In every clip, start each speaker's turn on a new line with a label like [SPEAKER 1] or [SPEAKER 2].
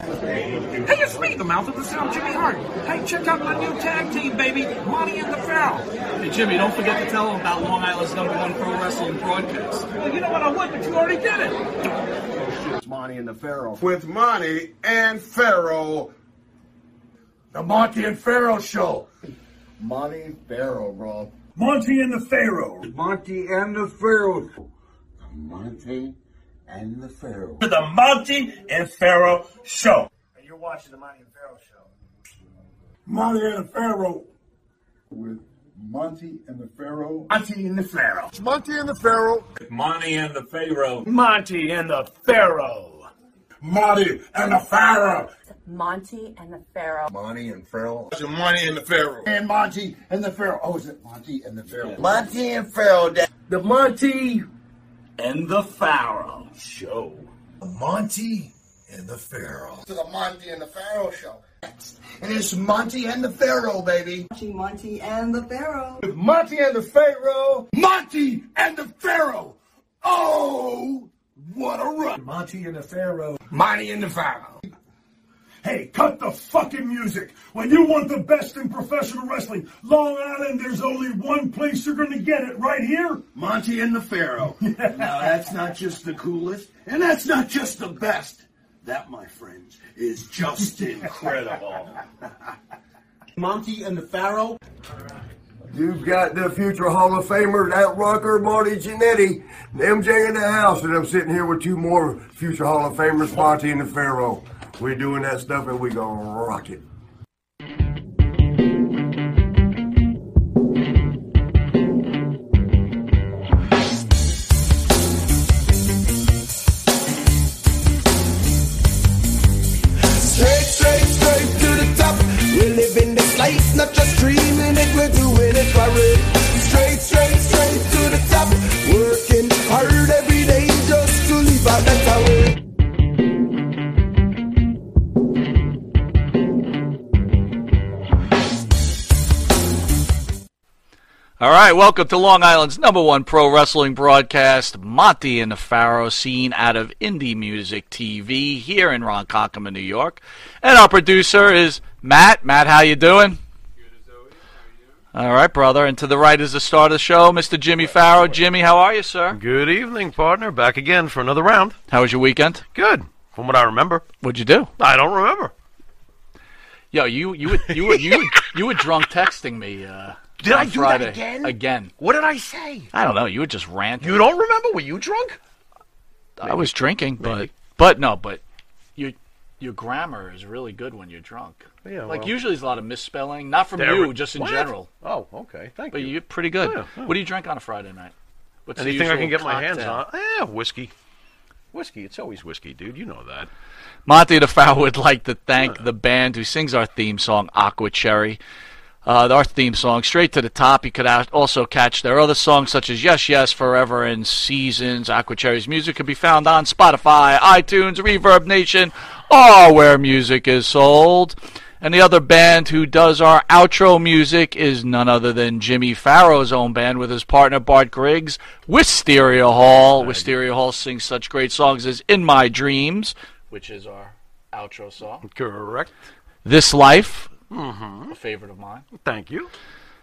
[SPEAKER 1] Hey, it's me, the mouth of the sound, Jimmy Hart. Hey, check out my new tag team, baby, Monty and the Foul.
[SPEAKER 2] Hey, Jimmy, don't forget to tell them about Long Island's number one pro wrestling broadcast.
[SPEAKER 1] Well, you know what I would, but you already did it.
[SPEAKER 3] It's Monty and the Pharaoh.
[SPEAKER 4] With Monty and Pharaoh, the Monty and Pharaoh show.
[SPEAKER 3] Monty and Pharaoh, bro.
[SPEAKER 5] Monty and the Pharaoh.
[SPEAKER 6] Monty and the Pharaoh.
[SPEAKER 7] The Monty and the Pharaoh.
[SPEAKER 5] The Monty and Pharaoh show
[SPEAKER 8] you're watching the Monty and Pharaoh show.
[SPEAKER 5] Monty and the Pharaoh.
[SPEAKER 3] With Monty and the Pharaoh.
[SPEAKER 5] Monty and the Pharaoh.
[SPEAKER 3] Monty and the Pharaoh.
[SPEAKER 9] Monty and the Pharaoh.
[SPEAKER 5] Monty and the Pharaoh.
[SPEAKER 9] Monty and the Pharaoh.
[SPEAKER 10] Monty and the Pharaoh.
[SPEAKER 7] Monty and Pharaoh.
[SPEAKER 9] Monty and the Pharaoh.
[SPEAKER 3] And Monty and the Pharaoh. Oh, is it Monty and the Pharaoh?
[SPEAKER 7] Monty and Pharaoh.
[SPEAKER 5] The Monty and the Pharaoh show.
[SPEAKER 7] Monty and the Pharaoh.
[SPEAKER 3] To the Monty and the Pharaoh show. And it's Monty and the Pharaoh, baby.
[SPEAKER 10] Monty, Monty and the Pharaoh.
[SPEAKER 3] With Monty and the Pharaoh.
[SPEAKER 9] Monty and the Pharaoh. Oh, what a run.
[SPEAKER 3] Monty and the Pharaoh.
[SPEAKER 9] Monty and the Pharaoh.
[SPEAKER 5] Hey, cut the fucking music. When you want the best in professional wrestling, Long Island, there's only one place you're going to get it right here.
[SPEAKER 9] Monty and the Pharaoh. no, that's not just the coolest, and that's not just the best. That, my friends, is just incredible.
[SPEAKER 5] Monty and the Pharaoh.
[SPEAKER 11] You've got the future Hall of Famer, that rocker Marty Jannetty, MJ in the house, and I'm sitting here with two more future Hall of Famers, Monty and the Pharaoh. We're doing that stuff and we're going to rock it.
[SPEAKER 12] life, not just dreaming it, we're doing it for real. Straight, straight, straight to the top, working hard every day just to leave out that tower.
[SPEAKER 13] All right, welcome to Long Island's number one pro wrestling broadcast, Monty and the Pharaoh, seen out of Indie Music TV here in Ronkonkoma, New York. And our producer is Matt. Matt, how you doing? Good as always. How you doing? All right, brother. And to the right is the star of the show, Mr. Jimmy Farrow. Jimmy, how are you, sir?
[SPEAKER 14] Good evening, partner. Back again for another round.
[SPEAKER 13] How was your weekend?
[SPEAKER 14] Good, from what I remember.
[SPEAKER 13] What'd you do?
[SPEAKER 14] I don't remember.
[SPEAKER 13] Yo, you you were, you were, you were, you were drunk texting me. Uh,
[SPEAKER 14] did
[SPEAKER 13] on
[SPEAKER 14] I do
[SPEAKER 13] Friday.
[SPEAKER 14] that again?
[SPEAKER 13] Again.
[SPEAKER 14] What did I say?
[SPEAKER 13] I don't know. You were just ranting.
[SPEAKER 14] You don't remember? Were you drunk?
[SPEAKER 13] I was drinking, but but no, but you your grammar is really good when you're drunk.
[SPEAKER 14] Yeah,
[SPEAKER 13] like
[SPEAKER 14] well.
[SPEAKER 13] usually there's a lot of misspelling, not from
[SPEAKER 14] There
[SPEAKER 13] you,
[SPEAKER 14] we-
[SPEAKER 13] just in
[SPEAKER 14] What?
[SPEAKER 13] general.
[SPEAKER 14] Oh, okay. Thank
[SPEAKER 13] But
[SPEAKER 14] you.
[SPEAKER 13] you're pretty good.
[SPEAKER 14] Yeah, yeah.
[SPEAKER 13] What do you drink on a Friday night? What's the
[SPEAKER 14] Anything I can
[SPEAKER 13] usual
[SPEAKER 14] get my hands
[SPEAKER 13] cocktail?
[SPEAKER 14] on? Yeah, whiskey. Whiskey. It's always whiskey, dude. You know that.
[SPEAKER 13] Monty DeFau would like to thank the band who sings our theme song, Aqua Cherry. Uh, our theme song, Straight to the Top. You could al- also catch their other songs such as Yes, Yes, Forever, and Seasons. Aqua Cherry's music can be found on Spotify, iTunes, Reverb Nation, or where music is sold. And the other band who does our outro music is none other than Jimmy Farrow's own band with his partner Bart Griggs, Wisteria Hall. Wisteria Hall sings such great songs as In My Dreams, which is our outro
[SPEAKER 14] Mm-hmm.
[SPEAKER 13] song.
[SPEAKER 14] Correct.
[SPEAKER 13] This Life, a favorite of mine.
[SPEAKER 14] Thank you.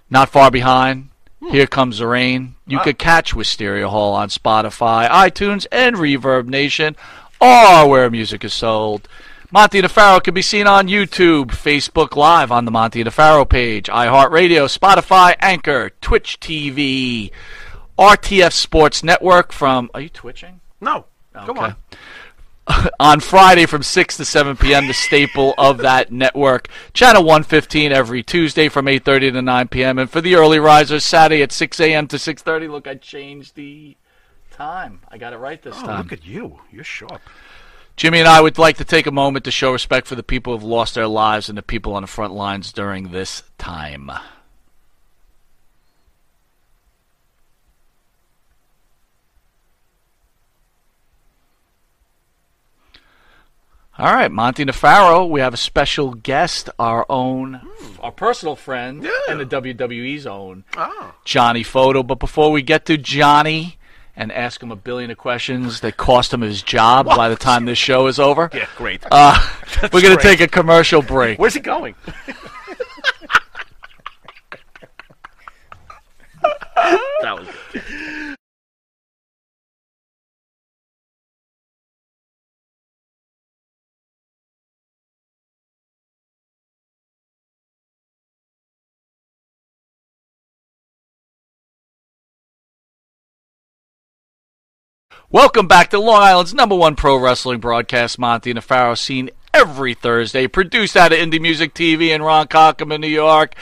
[SPEAKER 13] Not Far Behind, Here Comes the Rain. You could catch Wisteria Hall on Spotify, iTunes, and Reverb Nation, or where music is sold. Monty DeFaro can be seen on YouTube, Facebook Live on the Monty DeFaro page, iHeartRadio, Spotify, Anchor, Twitch TV, RTF Sports Network from. Are you twitching?
[SPEAKER 14] No. Go
[SPEAKER 13] Okay.
[SPEAKER 14] on.
[SPEAKER 13] on Friday from 6 to 7 p.m., the staple of that network. Channel 115 every Tuesday from 8.30 to 9 p.m. And for the early risers, Saturday at 6 a.m. to 6.30. Look, I changed the time. I got it right this
[SPEAKER 14] oh,
[SPEAKER 13] time.
[SPEAKER 14] Look at you. You're sharp.
[SPEAKER 13] Jimmy and I would like to take a moment to show respect for the people who have lost their lives and the people on the front lines during this time. All right, Monty Nefaro, we have a special guest, our own, our personal friend, and the WWE's own,
[SPEAKER 14] Oh.
[SPEAKER 13] Johnny Photo. But before we get to Johnny and ask him a billion of questions that cost him his job by the time this show is over,
[SPEAKER 14] Yeah, great.
[SPEAKER 13] Uh,
[SPEAKER 14] That's
[SPEAKER 13] we're going to
[SPEAKER 14] great.
[SPEAKER 13] take a commercial break.
[SPEAKER 14] Where's he going? that was good.
[SPEAKER 13] Welcome back to Long Island's number one pro wrestling broadcast, Monty Nefaro, seen every Thursday, produced out of Indie Music TV in Ron Cockham in New York.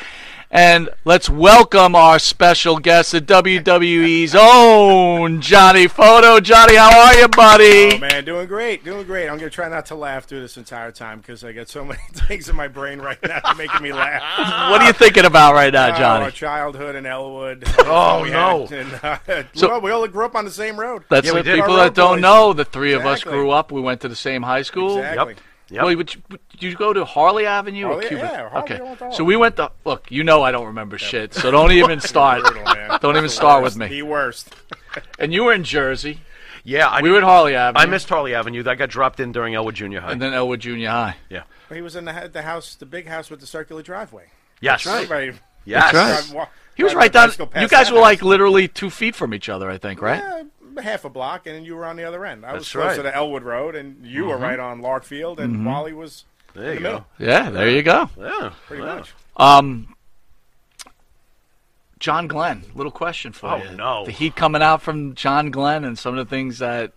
[SPEAKER 13] And let's welcome our special guest, the WWE's own Johnny Photo. Johnny, how are you, buddy?
[SPEAKER 15] Oh, man, doing great, doing great. I'm gonna try not to laugh through this entire time because I got so many things in my brain right now making me laugh.
[SPEAKER 13] What are you thinking about right
[SPEAKER 14] Uh,
[SPEAKER 15] Oh,
[SPEAKER 13] now,
[SPEAKER 15] our
[SPEAKER 13] Johnny?
[SPEAKER 15] childhood in Elwood.
[SPEAKER 13] Oh,
[SPEAKER 15] We
[SPEAKER 13] no.
[SPEAKER 15] had- And, uh,
[SPEAKER 13] So-
[SPEAKER 15] well, we all grew up on the same road.
[SPEAKER 13] That's
[SPEAKER 15] what
[SPEAKER 13] what people that don't know. The three of us grew up. We went to the same high school.
[SPEAKER 15] Exactly. Yep.
[SPEAKER 13] Well, would you, would- did you go to Harley Avenue
[SPEAKER 15] Harley-
[SPEAKER 13] or Cuba?
[SPEAKER 15] yeah, Harley
[SPEAKER 13] okay.
[SPEAKER 15] Avenue.
[SPEAKER 13] So we went to look. You know I don't remember shit. So don't even start. don't even start with me.
[SPEAKER 15] The worst.
[SPEAKER 13] And you were in Jersey.
[SPEAKER 14] Yeah, I,
[SPEAKER 13] we were at Harley Avenue.
[SPEAKER 14] I missed Harley Avenue. I got dropped in during Elwood Junior High.
[SPEAKER 13] And then Elwood Junior High.
[SPEAKER 14] Yeah.
[SPEAKER 15] He was in the, the house, the big house with the circular driveway.
[SPEAKER 14] Yes. That's right.
[SPEAKER 15] Everybody-
[SPEAKER 14] Yes.
[SPEAKER 15] Drive- wa-
[SPEAKER 13] He was
[SPEAKER 15] drive
[SPEAKER 13] right
[SPEAKER 15] their
[SPEAKER 13] down.
[SPEAKER 15] bicycle
[SPEAKER 13] You
[SPEAKER 15] past
[SPEAKER 13] guys
[SPEAKER 15] that
[SPEAKER 13] were like
[SPEAKER 15] house.
[SPEAKER 13] literally two feet from each other, I think, right?
[SPEAKER 15] half a block, and then you were on the other end. I was
[SPEAKER 13] That's
[SPEAKER 15] closer
[SPEAKER 13] right.
[SPEAKER 15] to Elwood Road, and you were
[SPEAKER 13] Mhm.
[SPEAKER 15] right on Lark Field, and
[SPEAKER 13] Mhm.
[SPEAKER 15] Wally was in the middle.
[SPEAKER 13] Yeah, there you go.
[SPEAKER 14] Yeah,
[SPEAKER 15] pretty much.
[SPEAKER 13] Um, John Glenn, little question for
[SPEAKER 14] Oh,
[SPEAKER 13] you.
[SPEAKER 14] no.
[SPEAKER 13] The heat coming out from John Glenn and some of the things that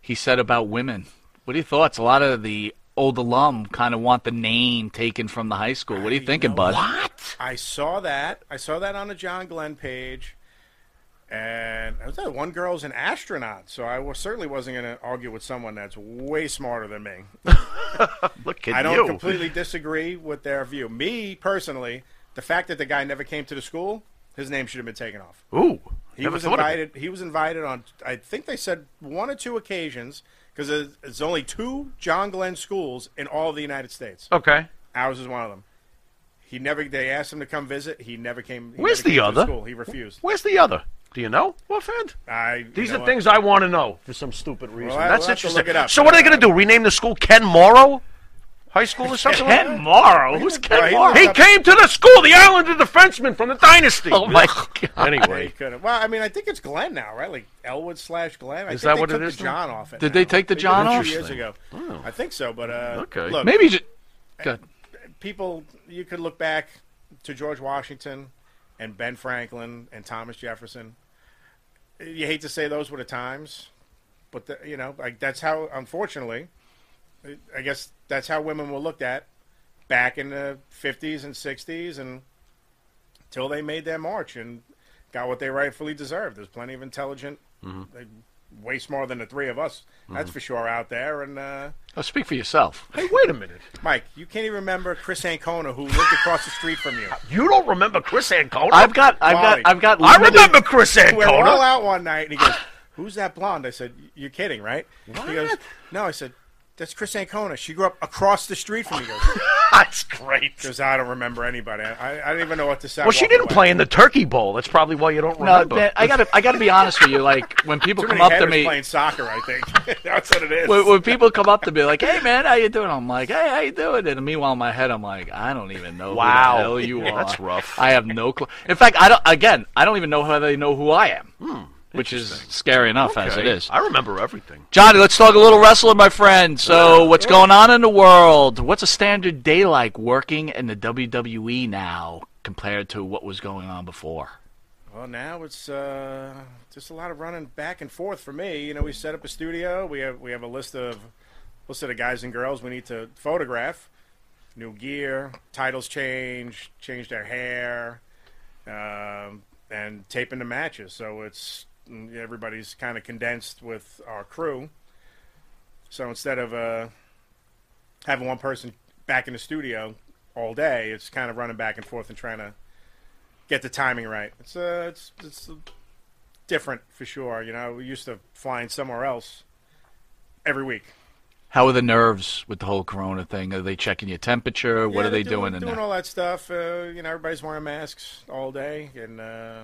[SPEAKER 13] he said about women. What are your thoughts? A lot of the old alum kind of want the name taken from the high school. What are you thinking, bud?
[SPEAKER 15] I saw that. I saw that on the John Glenn page, and I was that one girl's an astronaut, so I was, certainly wasn't going to argue with someone that's way smarter than me.
[SPEAKER 14] Look at
[SPEAKER 15] I don't
[SPEAKER 14] you.
[SPEAKER 15] completely disagree with their view. Me personally, the fact that the guy never came to the school, his name should have been taken off.
[SPEAKER 14] Ooh,
[SPEAKER 15] He
[SPEAKER 14] never
[SPEAKER 15] was
[SPEAKER 14] thought of it.
[SPEAKER 15] invited. He was invited on. I think they said one or two occasions because there's, there's only two John Glenn schools in all of the United States.
[SPEAKER 14] Okay.
[SPEAKER 15] ours is one of them. He never. They asked him to come visit. He never came. he
[SPEAKER 14] Where's
[SPEAKER 15] never came
[SPEAKER 14] the
[SPEAKER 15] to
[SPEAKER 14] other?
[SPEAKER 15] School. He refused.
[SPEAKER 14] Where's the other? Do you know? What friend?
[SPEAKER 15] I.
[SPEAKER 14] These
[SPEAKER 15] you know
[SPEAKER 14] are
[SPEAKER 15] what?
[SPEAKER 14] things I want to know for some stupid reason.
[SPEAKER 15] I-
[SPEAKER 14] That's
[SPEAKER 15] we'll have to
[SPEAKER 14] interesting.
[SPEAKER 15] look it up.
[SPEAKER 14] So what are they going to do? Rename the school Ken Morrow High School or something? like
[SPEAKER 13] Ken
[SPEAKER 14] that?
[SPEAKER 13] Morrow? Who's Ken
[SPEAKER 14] Right.
[SPEAKER 13] Morrow?
[SPEAKER 14] He came to the school, the Islander defenseman from the dynasty.
[SPEAKER 13] Oh, my God.
[SPEAKER 14] Anyway,
[SPEAKER 15] Could've- Well, I mean, I think it's Glenn now, right? Like Elwood slash Glenn. I
[SPEAKER 14] Is
[SPEAKER 15] think
[SPEAKER 14] that
[SPEAKER 15] they
[SPEAKER 14] what
[SPEAKER 15] took
[SPEAKER 14] it is
[SPEAKER 15] The
[SPEAKER 14] now?
[SPEAKER 15] John off it.
[SPEAKER 13] Did they
[SPEAKER 15] now.
[SPEAKER 13] take the
[SPEAKER 15] did
[SPEAKER 13] John
[SPEAKER 15] a few
[SPEAKER 13] off?
[SPEAKER 15] Years ago.
[SPEAKER 14] Oh.
[SPEAKER 15] I think so, but uh,
[SPEAKER 14] Okay.
[SPEAKER 15] look,
[SPEAKER 13] Maybe ju- Go ahead.
[SPEAKER 15] people you could look back to George Washington and Ben Franklin and Thomas Jefferson. You hate to say those were the times, but the, you know, like that's how unfortunately, I guess that's how women were looked at back in the 50s and 60s and till they made their march and got what they rightfully deserved. There's plenty of intelligent
[SPEAKER 13] Mhm.
[SPEAKER 15] they way smarter than the three of us. That's
[SPEAKER 13] Mhm.
[SPEAKER 15] for sure out there. And uh,
[SPEAKER 13] Oh, speak for yourself.
[SPEAKER 14] hey, wait a minute.
[SPEAKER 15] Mike, you can't even remember Chris Ancona, who lived across the street from you.
[SPEAKER 14] You don't remember Chris Ancona?
[SPEAKER 13] I've got- I've got-
[SPEAKER 15] Wally.
[SPEAKER 13] I've got
[SPEAKER 14] I remember Chris
[SPEAKER 15] We We're
[SPEAKER 14] Ancona.
[SPEAKER 15] all out one night, and he goes, "Who's that blonde?" I said, "You're kidding, right?" He goes, "No," I said. That's Chris Ancona. She grew up across the street from me. He goes,
[SPEAKER 14] That's great.
[SPEAKER 15] Because I don't remember anybody. I, I, I don't even know what to say. I
[SPEAKER 14] Well, she
[SPEAKER 15] walked
[SPEAKER 14] didn't
[SPEAKER 15] away.
[SPEAKER 14] play in the Turkey Bowl. That's probably why you don't
[SPEAKER 13] No,
[SPEAKER 14] remember.
[SPEAKER 13] Dan, I gotta, I gotta be honest with you. Like when people
[SPEAKER 15] Too
[SPEAKER 13] come
[SPEAKER 15] many
[SPEAKER 13] up to
[SPEAKER 15] headers
[SPEAKER 13] me,
[SPEAKER 15] playing soccer. I think that's what it is.
[SPEAKER 13] when, when people come up to me like, "Hey man, how you doing?" I'm like, "Hey, how you doing?" And meanwhile, in my head, I'm like, "I don't even know
[SPEAKER 14] Wow.
[SPEAKER 13] who the hell you
[SPEAKER 14] Yeah,
[SPEAKER 13] are.
[SPEAKER 14] that's rough.
[SPEAKER 13] I have no clue. In fact, I don't. Again, I don't even know how they know who I am, which is scary enough as it
[SPEAKER 14] Okay.
[SPEAKER 13] is.
[SPEAKER 14] I remember everything.
[SPEAKER 13] Johnny, let's talk a little wrestling, my friend. So, what's going on in the world? What's a standard day like working in the WWE now compared to what was going on before?
[SPEAKER 15] Well, now it's uh, just a lot of running back and forth for me. You know, we set up a studio. We have we have a list of listen to guys and girls, we need to photograph new gear, titles change, change their hair, um, and taping the matches. So it's mm, everybody's kind of condensed with our crew. So instead of uh, having one person back in the studio all day, it's kind of running back and forth and trying to get the timing right. It's uh, it's it's different for sure. You know, we used to flying somewhere else every week.
[SPEAKER 13] How are the nerves with the whole corona thing? Are they checking your temperature? what
[SPEAKER 15] Yeah,
[SPEAKER 13] are they
[SPEAKER 15] they're
[SPEAKER 13] doing, in
[SPEAKER 15] Doing
[SPEAKER 13] there?
[SPEAKER 15] all that stuff. Uh, you know, everybody's wearing masks all day, and uh,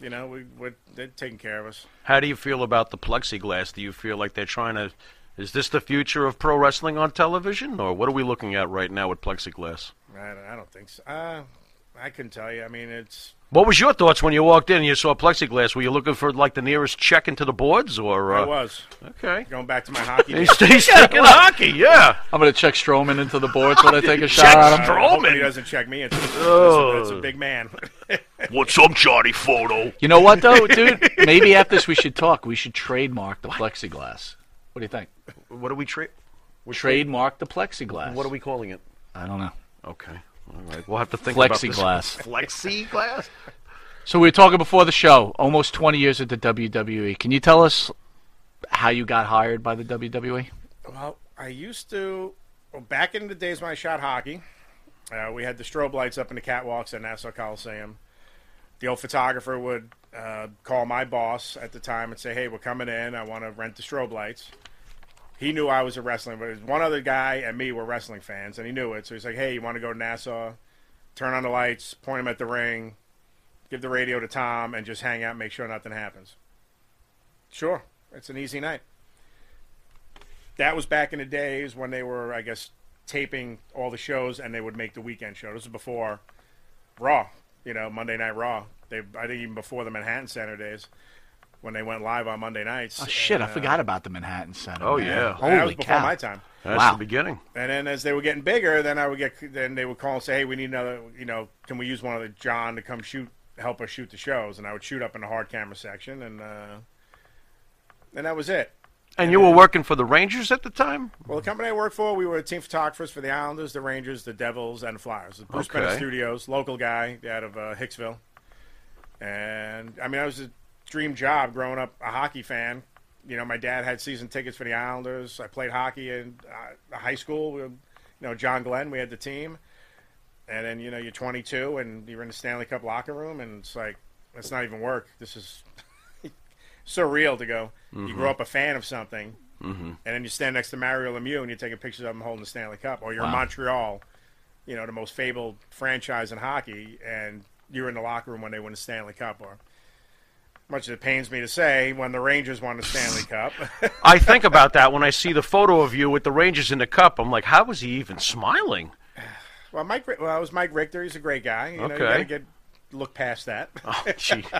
[SPEAKER 15] you know, we we're, they're taking care of us.
[SPEAKER 14] How do you feel about the plexiglass? Do you feel like they're trying to? Is this the future of pro wrestling on television, or what are we looking at right now with plexiglass?
[SPEAKER 15] I don't, I don't think so. Uh, I couldn't tell you. I mean, it's
[SPEAKER 14] What was your thoughts when you walked in and you saw plexiglass? Were you looking for like the nearest check into the boards, or uh,
[SPEAKER 15] I was
[SPEAKER 14] okay.
[SPEAKER 15] Going back to my hockey.
[SPEAKER 14] He's,
[SPEAKER 15] days.
[SPEAKER 14] he's thinking hockey, yeah.
[SPEAKER 13] I'm gonna check Strowman into the boards when I take a
[SPEAKER 15] Check
[SPEAKER 13] shot at him.
[SPEAKER 15] Strowman. I hope Uh, he doesn't check me. It's, it's, a, it's a big man.
[SPEAKER 14] What's up, Johnny Photo?
[SPEAKER 13] You know what though, dude? Maybe after this we should talk. We should trademark the plexiglass. What do you think?
[SPEAKER 14] What do we trade?
[SPEAKER 13] Trademark the plexiglass.
[SPEAKER 14] What are we calling it?
[SPEAKER 13] I don't know.
[SPEAKER 14] Okay. All right. We'll have to think about
[SPEAKER 13] Flexiglass.
[SPEAKER 14] this. Flexiglass.
[SPEAKER 13] So we were talking before the show. Almost 20 years at the WWE. Can you tell us how you got hired by the E? WWE?
[SPEAKER 15] Well, I used to well, back in the days when I shot hockey. Uh, we had the strobe lights up in the catwalks at Nassau Coliseum. The old photographer would uh, call my boss at the time and say, "Hey, we're coming in. I want to rent the strobe lights." He knew I was a wrestling, but it was one other guy and me were wrestling fans, and he knew it. So he's like, "Hey, you want to go to Nassau? Turn on the lights, point them at the ring, give the radio to Tom, and just hang out, make sure nothing happens." Sure, it's an easy night that was back in the days when they were, I guess, taping all the shows and they would make the weekend show. This was before Raw, you know, Monday Night Raw. They, I think, even before the Manhattan Center days when they went live on Monday nights.
[SPEAKER 13] Oh shit, I
[SPEAKER 15] And, uh,
[SPEAKER 13] forgot about the Manhattan Center.
[SPEAKER 14] Oh,
[SPEAKER 13] man.
[SPEAKER 14] yeah.
[SPEAKER 13] Holy
[SPEAKER 15] That was before
[SPEAKER 13] cow.
[SPEAKER 15] my time.
[SPEAKER 14] That's
[SPEAKER 13] wow.
[SPEAKER 14] the beginning.
[SPEAKER 15] And then as they were getting bigger, then I would get, then they would call and say, "Hey, we need another. You know, can we use one of the John to come shoot, help us shoot the shows?" And I would shoot up in the hard camera section, and uh, and that was it.
[SPEAKER 14] And you were working for the Rangers at the time?
[SPEAKER 15] Well, the company I work for, we were team photographers for the Islanders, the Rangers, the Devils, and the Flyers. The Bruce
[SPEAKER 14] Okay.
[SPEAKER 15] Bennett Studios, local guy out of uh, Hicksville. And I mean, that was a dream job growing up a hockey fan. You know, my dad had season tickets for the Islanders. I played hockey in uh, high school. We were, you know, John Glenn, we had the team. And then, you know, you're 22 and you're in the Stanley Cup locker room, and it's like, that's not even work. This is surreal to go. You
[SPEAKER 14] Mhm.
[SPEAKER 15] grow up a fan of something.
[SPEAKER 14] Mm-hmm.
[SPEAKER 15] And then you stand next to Mario Lemieux and you're taking pictures of him holding the Stanley Cup, or you're in
[SPEAKER 14] Wow.
[SPEAKER 15] Montreal, you know, the most fabled franchise in hockey, and you're in the locker room when they win the Stanley Cup, or much as it pains me to say, when the Rangers won the Stanley Cup.
[SPEAKER 14] I think about that when I see the photo of you with the Rangers in the cup. I'm like, how was he even smiling?
[SPEAKER 15] well, Mike, Ri- well, it was Mike Richter. He's a great guy. You know, you
[SPEAKER 14] Okay.
[SPEAKER 15] gotta get look past that.
[SPEAKER 14] Oh, gee.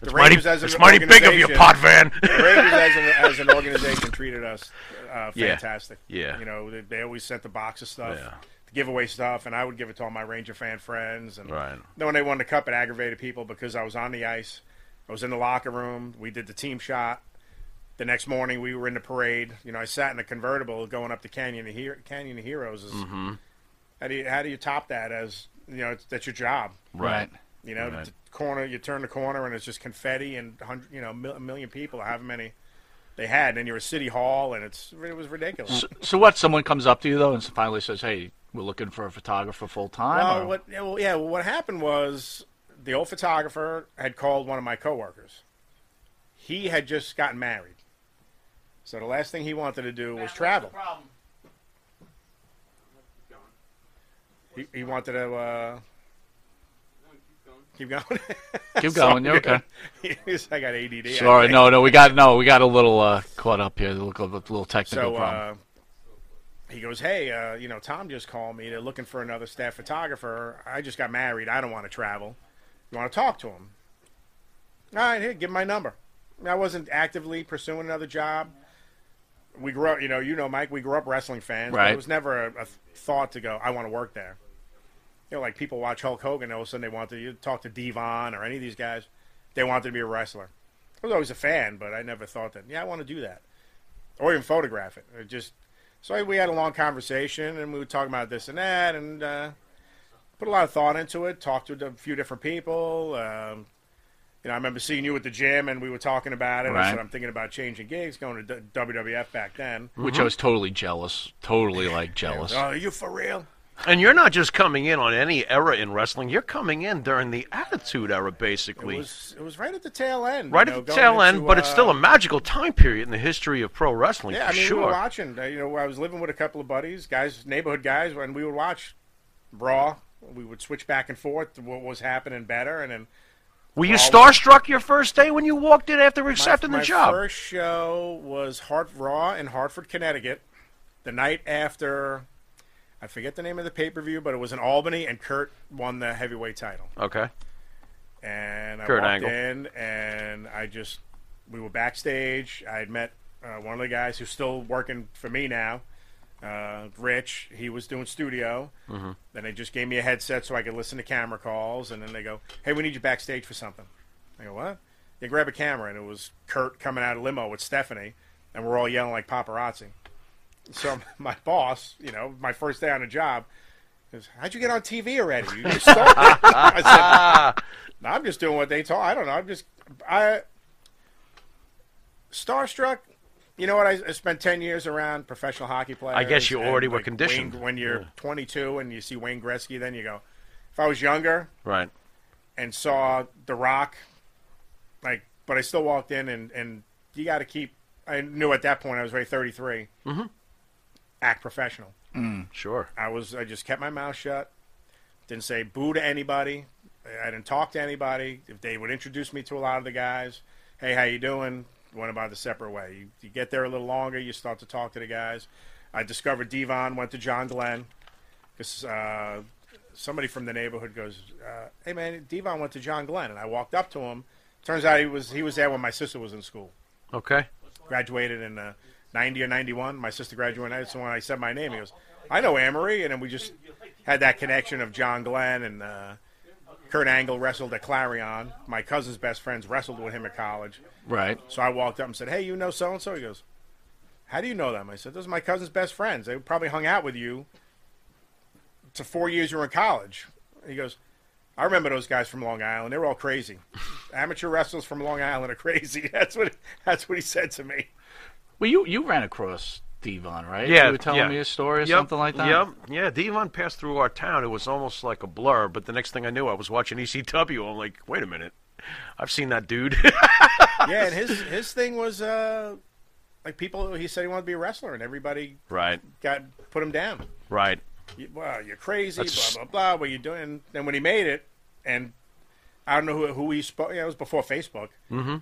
[SPEAKER 15] The
[SPEAKER 14] It's mighty-
[SPEAKER 15] Rangers as an
[SPEAKER 14] it's mighty big of you,
[SPEAKER 15] organization-
[SPEAKER 14] Potvin.
[SPEAKER 15] the Rangers as an, as an organization treated us uh,
[SPEAKER 14] Yeah.
[SPEAKER 15] fantastic.
[SPEAKER 14] Yeah.
[SPEAKER 15] You know, they, they always sent the box of stuff,
[SPEAKER 14] Yeah.
[SPEAKER 15] the giveaway stuff, and I would give it to all my Ranger fan friends. And
[SPEAKER 14] Right.
[SPEAKER 15] then when they won the cup, it aggravated people because I was on the ice, I was in the locker room, we did the team shot. The next morning, we were in the parade. You know, I sat in a convertible going up the Canyon of, Hero Canyon of Heroes. Is,
[SPEAKER 14] Mm-hmm.
[SPEAKER 15] how do you how do you top that as you know it's, that's your job
[SPEAKER 14] Right.
[SPEAKER 15] you know
[SPEAKER 14] Right.
[SPEAKER 15] the corner you turn the corner and it's just confetti and hundred you know mil- a million people however many they had and then you're at city hall and it's it was ridiculous
[SPEAKER 13] So, so what? Someone comes up to you though and finally says, "Hey, we're looking for a photographer full time."
[SPEAKER 15] well, what, yeah, well, yeah, well, what happened was the old photographer had called one of my coworkers. He had just gotten married, so the last thing he wanted to do was travel. He, he wanted to uh, keep going.
[SPEAKER 13] Keep going, you're okay.
[SPEAKER 15] He's- I got ADD. I
[SPEAKER 13] Sorry,
[SPEAKER 15] think.
[SPEAKER 13] no, no, we got no, we got a little uh, caught up here, a little, a little technical
[SPEAKER 15] So
[SPEAKER 13] problem.
[SPEAKER 15] uh, he goes, "Hey, uh, you know, Tom just called me. They're looking for another staff photographer. I just got married. I don't want to travel. You want to talk to him? All right, here, give him my number. I wasn't actively pursuing another job. We grew up, you know, you know, Mike. We grew up wrestling fans. But
[SPEAKER 13] Right.
[SPEAKER 15] it was never a, a thought to go. I want to work there. You know, like people watch Hulk Hogan. All of a sudden, they want to you talk to Devon or any of these guys. They wanted to be a wrestler. I was always a fan, but I never thought that. Yeah, I want to do that, or even photograph it. It just So we had a long conversation, and we were talking about this and that, and uh, put a lot of thought into it. Talked to a few different people. Um, you know, I remember seeing you at the gym, and we were talking about it. I
[SPEAKER 13] Right.
[SPEAKER 15] said I'm thinking about changing gigs, going to D- WWF back then.
[SPEAKER 13] Which I was totally jealous. Totally like jealous.
[SPEAKER 15] Oh, are you for real?
[SPEAKER 14] And you're not just coming in on any era in wrestling. You're coming in during the Attitude Era, basically.
[SPEAKER 15] It was, it was right at the tail end.
[SPEAKER 14] right
[SPEAKER 15] you know,
[SPEAKER 14] at the
[SPEAKER 15] going
[SPEAKER 14] tail end,
[SPEAKER 15] into,
[SPEAKER 14] but it's
[SPEAKER 15] uh,
[SPEAKER 14] still a magical time period in the history of pro wrestling,
[SPEAKER 15] yeah,
[SPEAKER 14] for
[SPEAKER 15] I mean, we
[SPEAKER 14] sure.
[SPEAKER 15] were watching. uh, You know, I was living with a couple of buddies, guys, neighborhood guys, and we would watch Raw. We would switch back and forth to what was happening better, and then
[SPEAKER 14] Were you starstruck your first day when you walked in after accepting
[SPEAKER 15] my
[SPEAKER 14] the job?
[SPEAKER 15] first show was Hart Raw in Hartford, Connecticut. The night after, I forget the name of the pay per view, but it was in Albany, and Kurt won the heavyweight title.
[SPEAKER 14] Okay.
[SPEAKER 15] and I
[SPEAKER 14] Kurt
[SPEAKER 15] walked
[SPEAKER 14] Angle.
[SPEAKER 15] in, and I just we were backstage. I had met uh, one of the guys who's still working for me now, uh, Rich. He was doing studio.
[SPEAKER 14] Mm-hmm.
[SPEAKER 16] Mhm.
[SPEAKER 15] Then they just gave me a headset so I could listen to camera calls, and then they go, "Hey, we need you backstage for something." I go, "What?" They grab a camera, and it was Kurt coming out of limo with Stephanie, and we're all yelling like paparazzi. So my boss, you know, my first day on the job, goes, "How'd you get on TV already? You just stole me." I said, "No, "I'm just doing what they told. I don't know. I'm just I starstruck." You know what? I, I spent ten years around professional hockey players.
[SPEAKER 14] I guess you
[SPEAKER 15] and,
[SPEAKER 14] already were
[SPEAKER 15] like,
[SPEAKER 14] conditioned.
[SPEAKER 15] Wayne- when you're
[SPEAKER 14] Yeah.
[SPEAKER 15] 22 and you see Wayne Gretzky, then you go, "If I was younger
[SPEAKER 14] Right.
[SPEAKER 15] and saw The Rock, like," but I still walked in and and you got to keep. I knew at that point I was already 33.
[SPEAKER 14] Mhm.
[SPEAKER 15] Act professional.
[SPEAKER 14] Sure.
[SPEAKER 15] I was I just kept my mouth shut. Didn't say boo to anybody. I didn't talk to anybody. If they would introduce me to a lot of the guys, hey, how you doing? Went about the separate way. You, you get there a little longer. You start to talk to the guys. I discovered Devon. Went to John Glenn because uh, somebody from the neighborhood goes, uh, "Hey man, Devon went to John Glenn," and I walked up to him. Turns out he was he was there when my sister was in school
[SPEAKER 14] Okay.
[SPEAKER 15] graduated in uh, 90 or 91. My sister graduated. and That's when I said my name. He goes, I know Amory. And then we just had that connection of John Glenn and uh, Kurt Angle wrestled at Clarion. My cousin's best friends wrestled with him at college.
[SPEAKER 13] Right.
[SPEAKER 15] So I walked up and said, Hey, you know so and so? He goes, How do you know them? I said, Those are my cousin's best friends. They probably hung out with you to four years you were in college. He goes, I remember those guys from Long Island. They were all crazy. Amateur wrestlers from Long Island are crazy. That's what that's what he said to me.
[SPEAKER 13] Well, you you ran across Devon, right?
[SPEAKER 14] Yeah,
[SPEAKER 13] You were telling
[SPEAKER 14] yeah.
[SPEAKER 13] me a story or
[SPEAKER 14] Yep,
[SPEAKER 13] something like that.
[SPEAKER 14] Yep, yeah. Devon passed through our town. It was almost like a blur, but the next thing I knew, I was watching ECW. I'm like, wait a minute, I've seen that dude.
[SPEAKER 15] yeah, and his his thing was uh, like people. He said he wanted to be a wrestler, and everybody
[SPEAKER 14] right,
[SPEAKER 15] got put him down.
[SPEAKER 14] right.
[SPEAKER 15] You, well, you're crazy,
[SPEAKER 14] That's-
[SPEAKER 15] blah blah blah. What you doing? And then when he made it, and I don't know who who he spoke. Yeah, it was before Facebook.
[SPEAKER 14] Mm-hmm.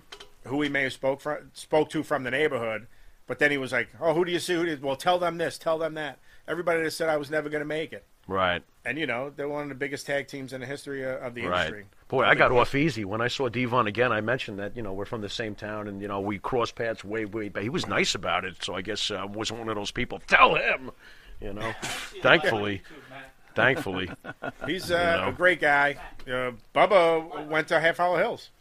[SPEAKER 15] Who he may have spoke from, spoke to from the neighborhood, but then he was like, "Oh, who do you see? Who do you, well, tell them this, tell them that." Everybody that said I was never going to make it,
[SPEAKER 14] Right,
[SPEAKER 15] and you know they're one of the biggest tag teams in the history uh, of, of the
[SPEAKER 14] right.
[SPEAKER 15] industry.
[SPEAKER 14] Boy, I got off easy when I saw Devon again. I mentioned that you know we're from the same town, and you know we crossed paths way, way back. He was nice about it, so I guess uh, I wasn't one of those people. Tell him, you know. thankfully, thankfully,
[SPEAKER 15] He's
[SPEAKER 14] you
[SPEAKER 15] uh,
[SPEAKER 14] know.
[SPEAKER 15] a great guy. Uh, Bubba went to Half Hollow Hills.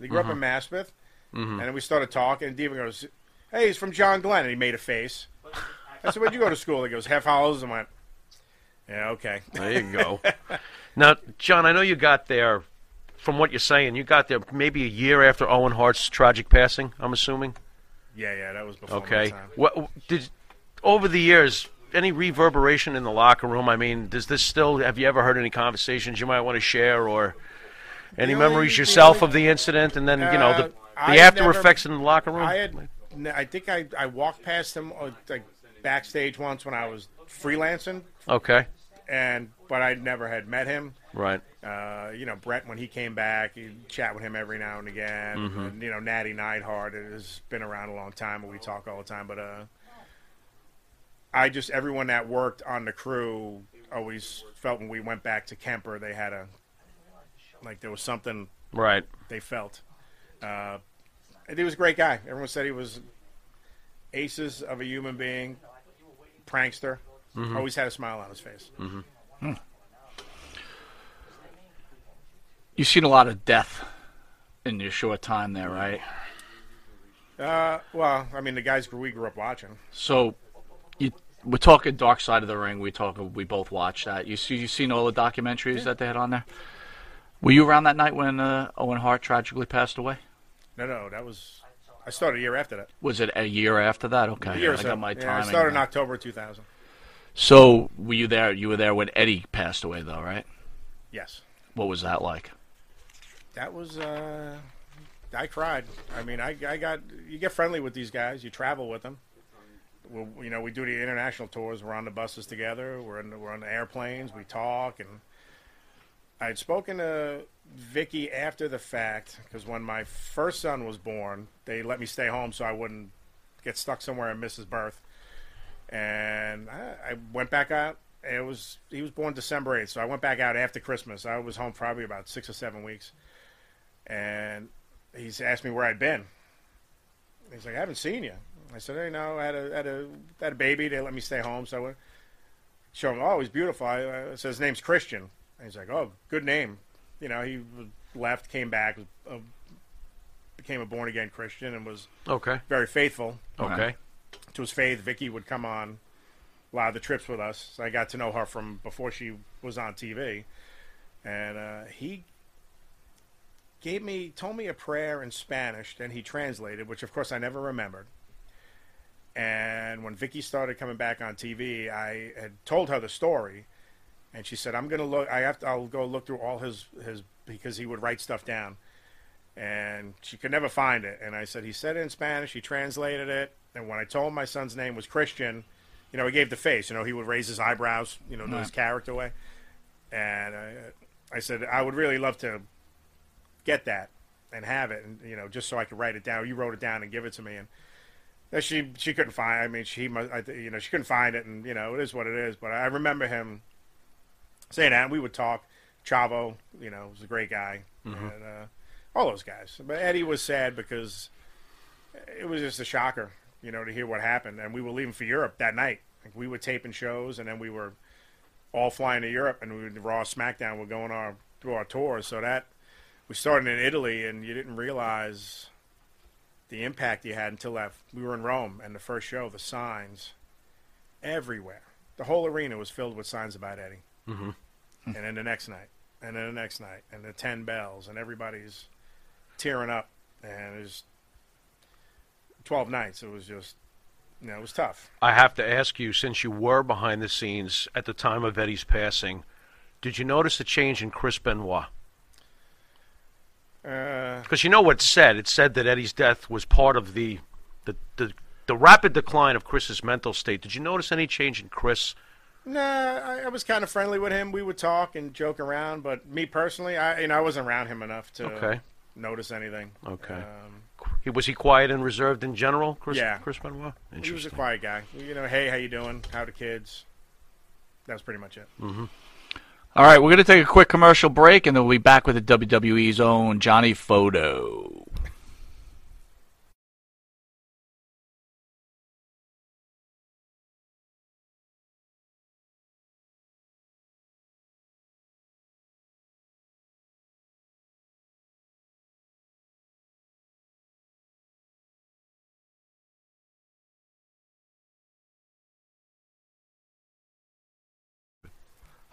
[SPEAKER 15] He grew up
[SPEAKER 14] Mm-hmm.
[SPEAKER 15] in Maspeth,
[SPEAKER 14] Mhm.
[SPEAKER 15] and then we started talking. And Devin goes, "Hey, he's from John Glenn," and he made a face. I said, "Where'd you go to school?" He goes, "Half Hollows," and I went, "Yeah, okay."
[SPEAKER 14] There you go. now, John, I know you got there. From what you're saying, you got there maybe a year after Owen Hart's tragic passing. I'm assuming.
[SPEAKER 15] yeah, yeah, that was before.
[SPEAKER 14] Okay.
[SPEAKER 15] My time.
[SPEAKER 14] What did over the years any reverberation in the locker room? I mean, does this still? Have you ever heard any conversations you might want to share or any
[SPEAKER 15] The only-
[SPEAKER 14] memories
[SPEAKER 15] the
[SPEAKER 14] yourself
[SPEAKER 15] only-
[SPEAKER 14] of the incident and then you know the,
[SPEAKER 15] Uh,
[SPEAKER 14] the
[SPEAKER 15] I
[SPEAKER 14] after
[SPEAKER 15] never-
[SPEAKER 14] effects in the locker room?
[SPEAKER 15] I had, n- I think I, I walked past him uh, like backstage once when I was freelancing,
[SPEAKER 14] okay.
[SPEAKER 15] and but I never had met him.
[SPEAKER 14] Right.
[SPEAKER 15] Uh, you know, Brett when he came back, you chat with him every now and again.
[SPEAKER 14] Mhm.
[SPEAKER 15] And, you know, Natty Neidhart has been around a long time, and we talk all the time. But uh, I just everyone that worked on the crew always felt when we went back to Kemper, they had a like there was something
[SPEAKER 14] Right.
[SPEAKER 15] they felt. Uh, and he was a great guy. Everyone said he was aces of a human being, prankster.
[SPEAKER 14] Mhm.
[SPEAKER 15] Always had a smile on his face.
[SPEAKER 14] hmm
[SPEAKER 13] You've seen a lot of death in your short time there, right?
[SPEAKER 15] Uh, well, I mean, the guys we grew up watching.
[SPEAKER 13] So you we're talking Dark Side of the Ring. We talk. We both watched that. You see, you seen all the documentaries that they had on there. Were you around that night when uh, Owen Hart tragically passed away?
[SPEAKER 15] No, no, that was. I started a year after that.
[SPEAKER 13] Was it a year after that? Okay,
[SPEAKER 15] a year or so.
[SPEAKER 13] I got my
[SPEAKER 15] Yeah, I
[SPEAKER 13] timing.
[SPEAKER 15] started in October 2000.
[SPEAKER 13] So were you there? You were there when Eddie passed away, though, right?
[SPEAKER 15] Yes.
[SPEAKER 13] What was that like?
[SPEAKER 15] That was. Uh, I cried. I mean, I, I got. You get friendly with these guys. You travel with them. we you know, we do the international tours. We're on the buses together. We're in. We're on the airplanes. We talk. And I had spoken to Vicky after the fact because when my first son was born, they let me stay home so I wouldn't get stuck somewhere and miss his birth. And I, I went back out. It was he was born December eighth, so I went back out after Christmas. I was home probably about six or seven weeks, and he's asked me where I'd been. He's like, I haven't seen you. I said, Hey, no, I had a had a had a baby. They let me stay home, so I went. Show him. Oh, he's beautiful. I, I said his name's Christian. And he's like, Oh, good name. You know, he left, came back, was, uh, became a born again Christian, and was
[SPEAKER 14] Okay.
[SPEAKER 15] very faithful.
[SPEAKER 14] Okay.
[SPEAKER 15] To his faith, Vicky would come on a lot of the trips with us. So I got to know her from before she was on TV, and uh, he gave me told me a prayer in Spanish, and he translated, which of course I never remembered. And when Vicky started coming back on TV, I had told her the story, and she said, "I'm gonna look. I have to. I'll go look through all his his because he would write stuff down." and she could never find it. And I said, he said it in Spanish. He translated it. And when I told him my son's name was Christian, you know, he gave the face. You know, he would raise his eyebrows, you know, do his
[SPEAKER 16] Right.
[SPEAKER 15] character way. And I, I said, I would really love to get that and have it, and you know, just so I could write it down. You wrote it down and give it to me. And yeah, she she couldn't find. I mean, she must. I, th- you know, she couldn't find it, and you know, it is what it is. But I remember him saying that. And we would talk. Chavo, you know, was a great guy,
[SPEAKER 14] Mhm.
[SPEAKER 15] and uh, all those guys. But Eddie was sad because it was just a shocker, you know, to hear what happened. And we were leaving for Europe that night. Like, we were taping shows, and then we were all flying to Europe, and we were Raw SmackDown. We're going our through our tours, so that we started in Italy, and you didn't realize the impact you had until that. We were in Rome, and the first show, the signs everywhere. The whole arena was filled with signs about Eddie.
[SPEAKER 14] Mm-hmm.
[SPEAKER 15] And then the next night, and then the next night, and the ten bells, and everybody's tearing up, and it's twelve nights. It was just, you know, it was tough.
[SPEAKER 14] I have to ask you, since you were behind the scenes at the time of Eddie's passing, did you notice a change in Chris Benoit?
[SPEAKER 15] Uh,
[SPEAKER 14] Because you know what it said? It said that Eddie's death was part of the the, the the rapid decline of Chris's mental state. Did you notice any change in Chris?
[SPEAKER 15] Nah, I, I was kind of friendly with him. We would talk and joke around, but me personally, I you know I wasn't around him enough to
[SPEAKER 14] Okay.
[SPEAKER 15] notice anything.
[SPEAKER 14] Okay.
[SPEAKER 15] Um,
[SPEAKER 14] He was he quiet and reserved in general, Chris
[SPEAKER 15] yeah,
[SPEAKER 14] Chris Benoit?
[SPEAKER 15] He was a quiet guy. You know, hey, how you doing? How the kids? That's pretty much it.
[SPEAKER 13] Mm-hmm. All right, we're going to take a quick commercial break, and then we'll be back with the WWE's own Johnny Photo.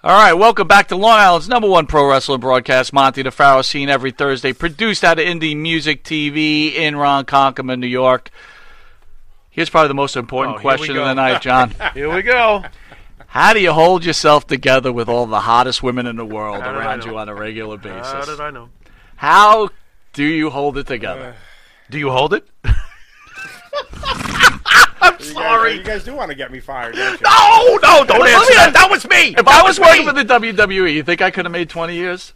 [SPEAKER 13] All right, welcome back to Long Island's number one pro wrestling broadcast, Monty DeFaro, seen every Thursday, produced out of Indie Music TV in Ronkonkoma, New York. Here's probably the most important
[SPEAKER 14] Oh, here we
[SPEAKER 13] question of
[SPEAKER 14] go.
[SPEAKER 13] the night, John.
[SPEAKER 14] Here we go.
[SPEAKER 13] How do you hold yourself together with all the hottest women in the world
[SPEAKER 14] How did I
[SPEAKER 13] around
[SPEAKER 14] know?
[SPEAKER 13] you on a regular basis?
[SPEAKER 14] How did I know?
[SPEAKER 13] How do you hold it together?
[SPEAKER 14] Do you hold it?
[SPEAKER 15] I'm sorry. you guys do want to get me fired, don't you?
[SPEAKER 14] No, no,
[SPEAKER 13] Let me-
[SPEAKER 14] That was me.
[SPEAKER 13] If I was working for the WWE, you think I could have made 20 years?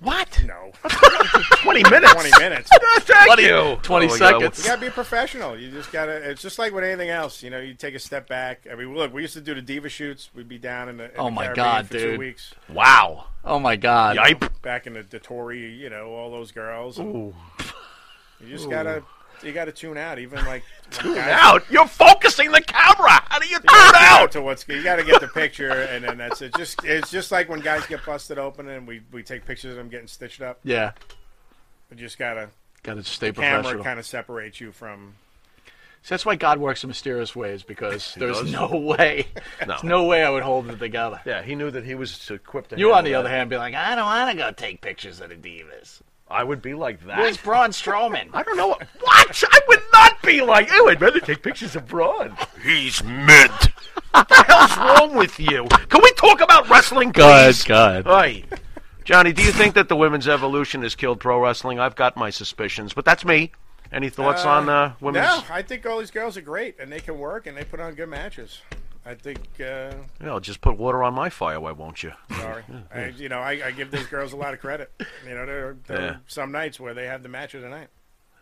[SPEAKER 14] What?
[SPEAKER 15] No.
[SPEAKER 14] 20 minutes.
[SPEAKER 15] 20 minutes.
[SPEAKER 14] Thank
[SPEAKER 13] 20
[SPEAKER 14] you.
[SPEAKER 13] 20
[SPEAKER 14] Oh, yeah,
[SPEAKER 13] seconds.
[SPEAKER 15] You gotta be professional. You just gotta. It's just like with anything else. You know, you take a step back. I mean, look, we used to do the diva shoots. We'd be down in the. In
[SPEAKER 13] Oh
[SPEAKER 15] the
[SPEAKER 13] my
[SPEAKER 15] Caribbean
[SPEAKER 13] God,
[SPEAKER 15] for
[SPEAKER 13] dude.
[SPEAKER 15] Two weeks.
[SPEAKER 13] Wow. Oh my God.
[SPEAKER 15] Back in the Dottori, you know, all those girls. and
[SPEAKER 13] Ooh.
[SPEAKER 15] You just
[SPEAKER 13] Ooh.
[SPEAKER 15] gotta. You gotta tune out, even like when
[SPEAKER 14] Tune
[SPEAKER 15] guys-
[SPEAKER 14] out. You're focusing the camera. How do you
[SPEAKER 15] You gotta
[SPEAKER 14] tune
[SPEAKER 15] get
[SPEAKER 14] out?
[SPEAKER 15] to what's good. You got to get the picture, and then that's it. Just it's just like when guys get busted open, and we we take pictures of them getting stitched up.
[SPEAKER 13] Yeah.
[SPEAKER 15] You just gotta
[SPEAKER 13] Gotta stay
[SPEAKER 15] the camera
[SPEAKER 13] professional.
[SPEAKER 15] Kind of separates you from
[SPEAKER 13] So that's why God works in mysterious ways because
[SPEAKER 14] He
[SPEAKER 13] there's
[SPEAKER 14] does.
[SPEAKER 13] no way,
[SPEAKER 14] No.
[SPEAKER 13] there's no way I would hold it together.
[SPEAKER 14] Yeah, he knew that he was equipped. To
[SPEAKER 13] You, on the
[SPEAKER 14] handle
[SPEAKER 13] other
[SPEAKER 14] that.
[SPEAKER 13] hand, be like, I don't want to go take pictures of the divas.
[SPEAKER 14] I would be like that.
[SPEAKER 13] Where's Braun Strowman?
[SPEAKER 14] I don't know. What? I would not be like, ew, I'd rather take pictures of Braun. He's mid. what the hell's wrong with you? Can we talk about wrestling,
[SPEAKER 13] Good
[SPEAKER 14] please?
[SPEAKER 13] God.
[SPEAKER 14] Oi. Johnny, do you think that the women's evolution has killed pro wrestling? I've got my suspicions, but that's me. Any thoughts
[SPEAKER 15] Uh,
[SPEAKER 14] on uh, women's?
[SPEAKER 15] No, I think all these girls are great, and they can work, and they put on good matches. I think, uh,
[SPEAKER 14] You know, just put water on my fire, why won't you?
[SPEAKER 15] sorry, I, you know, I, I give those girls a lot of credit. You know, there, are- there
[SPEAKER 14] Yeah.
[SPEAKER 15] are some nights where they have the match of the night.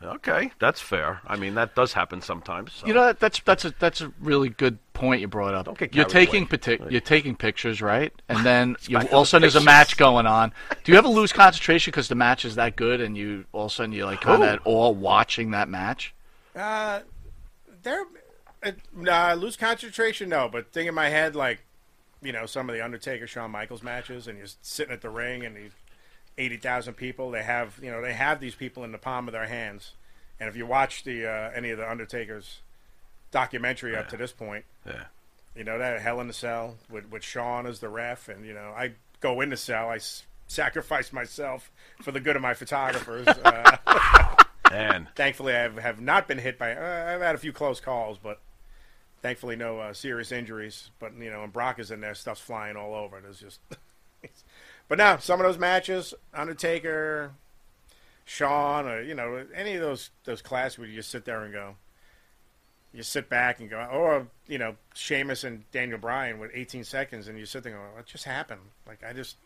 [SPEAKER 14] Okay, that's fair. I mean, that does happen sometimes. so.
[SPEAKER 13] You know that, that's that's a that's a really good point you brought up.
[SPEAKER 14] get
[SPEAKER 13] you're
[SPEAKER 14] carried
[SPEAKER 13] taking
[SPEAKER 14] away.
[SPEAKER 13] partic- you're taking pictures, right? And then you,
[SPEAKER 14] Back to
[SPEAKER 13] all of a
[SPEAKER 14] the
[SPEAKER 13] sudden there's a
[SPEAKER 14] pictures.
[SPEAKER 13] match going on. Do you ever lose concentration because the match is that good, and you all of a sudden you're like
[SPEAKER 15] Who?
[SPEAKER 13] kind of at awe watching that match?
[SPEAKER 15] Uh, there, uh, nah, lose concentration, no, but thing in my head, like, you know, some of the Undertaker, Shawn Michaels matches, and you're sitting at the ring, and these eighty thousand people, they have, you know, they have these people in the palm of their hands, and if you watch the uh, any of the Undertaker's documentary up to this point,
[SPEAKER 14] Yeah.
[SPEAKER 15] you know that Hell in a Cell with with Shawn as the ref, and you know, I go in the cell, I s- sacrifice myself for the good of my photographers. uh,
[SPEAKER 14] Man.
[SPEAKER 15] Thankfully, I have, have not been hit by. Uh, I've had a few close calls, but thankfully, no uh, serious injuries. But you know, when Brock is in there, stuff's flying all over. There's just. but now, some of those matches, Undertaker, Shawn, or you know, any of those those classics, where you just sit there and go. You sit back and go, or you know, Sheamus and Daniel Bryan with 18 seconds, and you sit there going, "What just happened?" Like I just,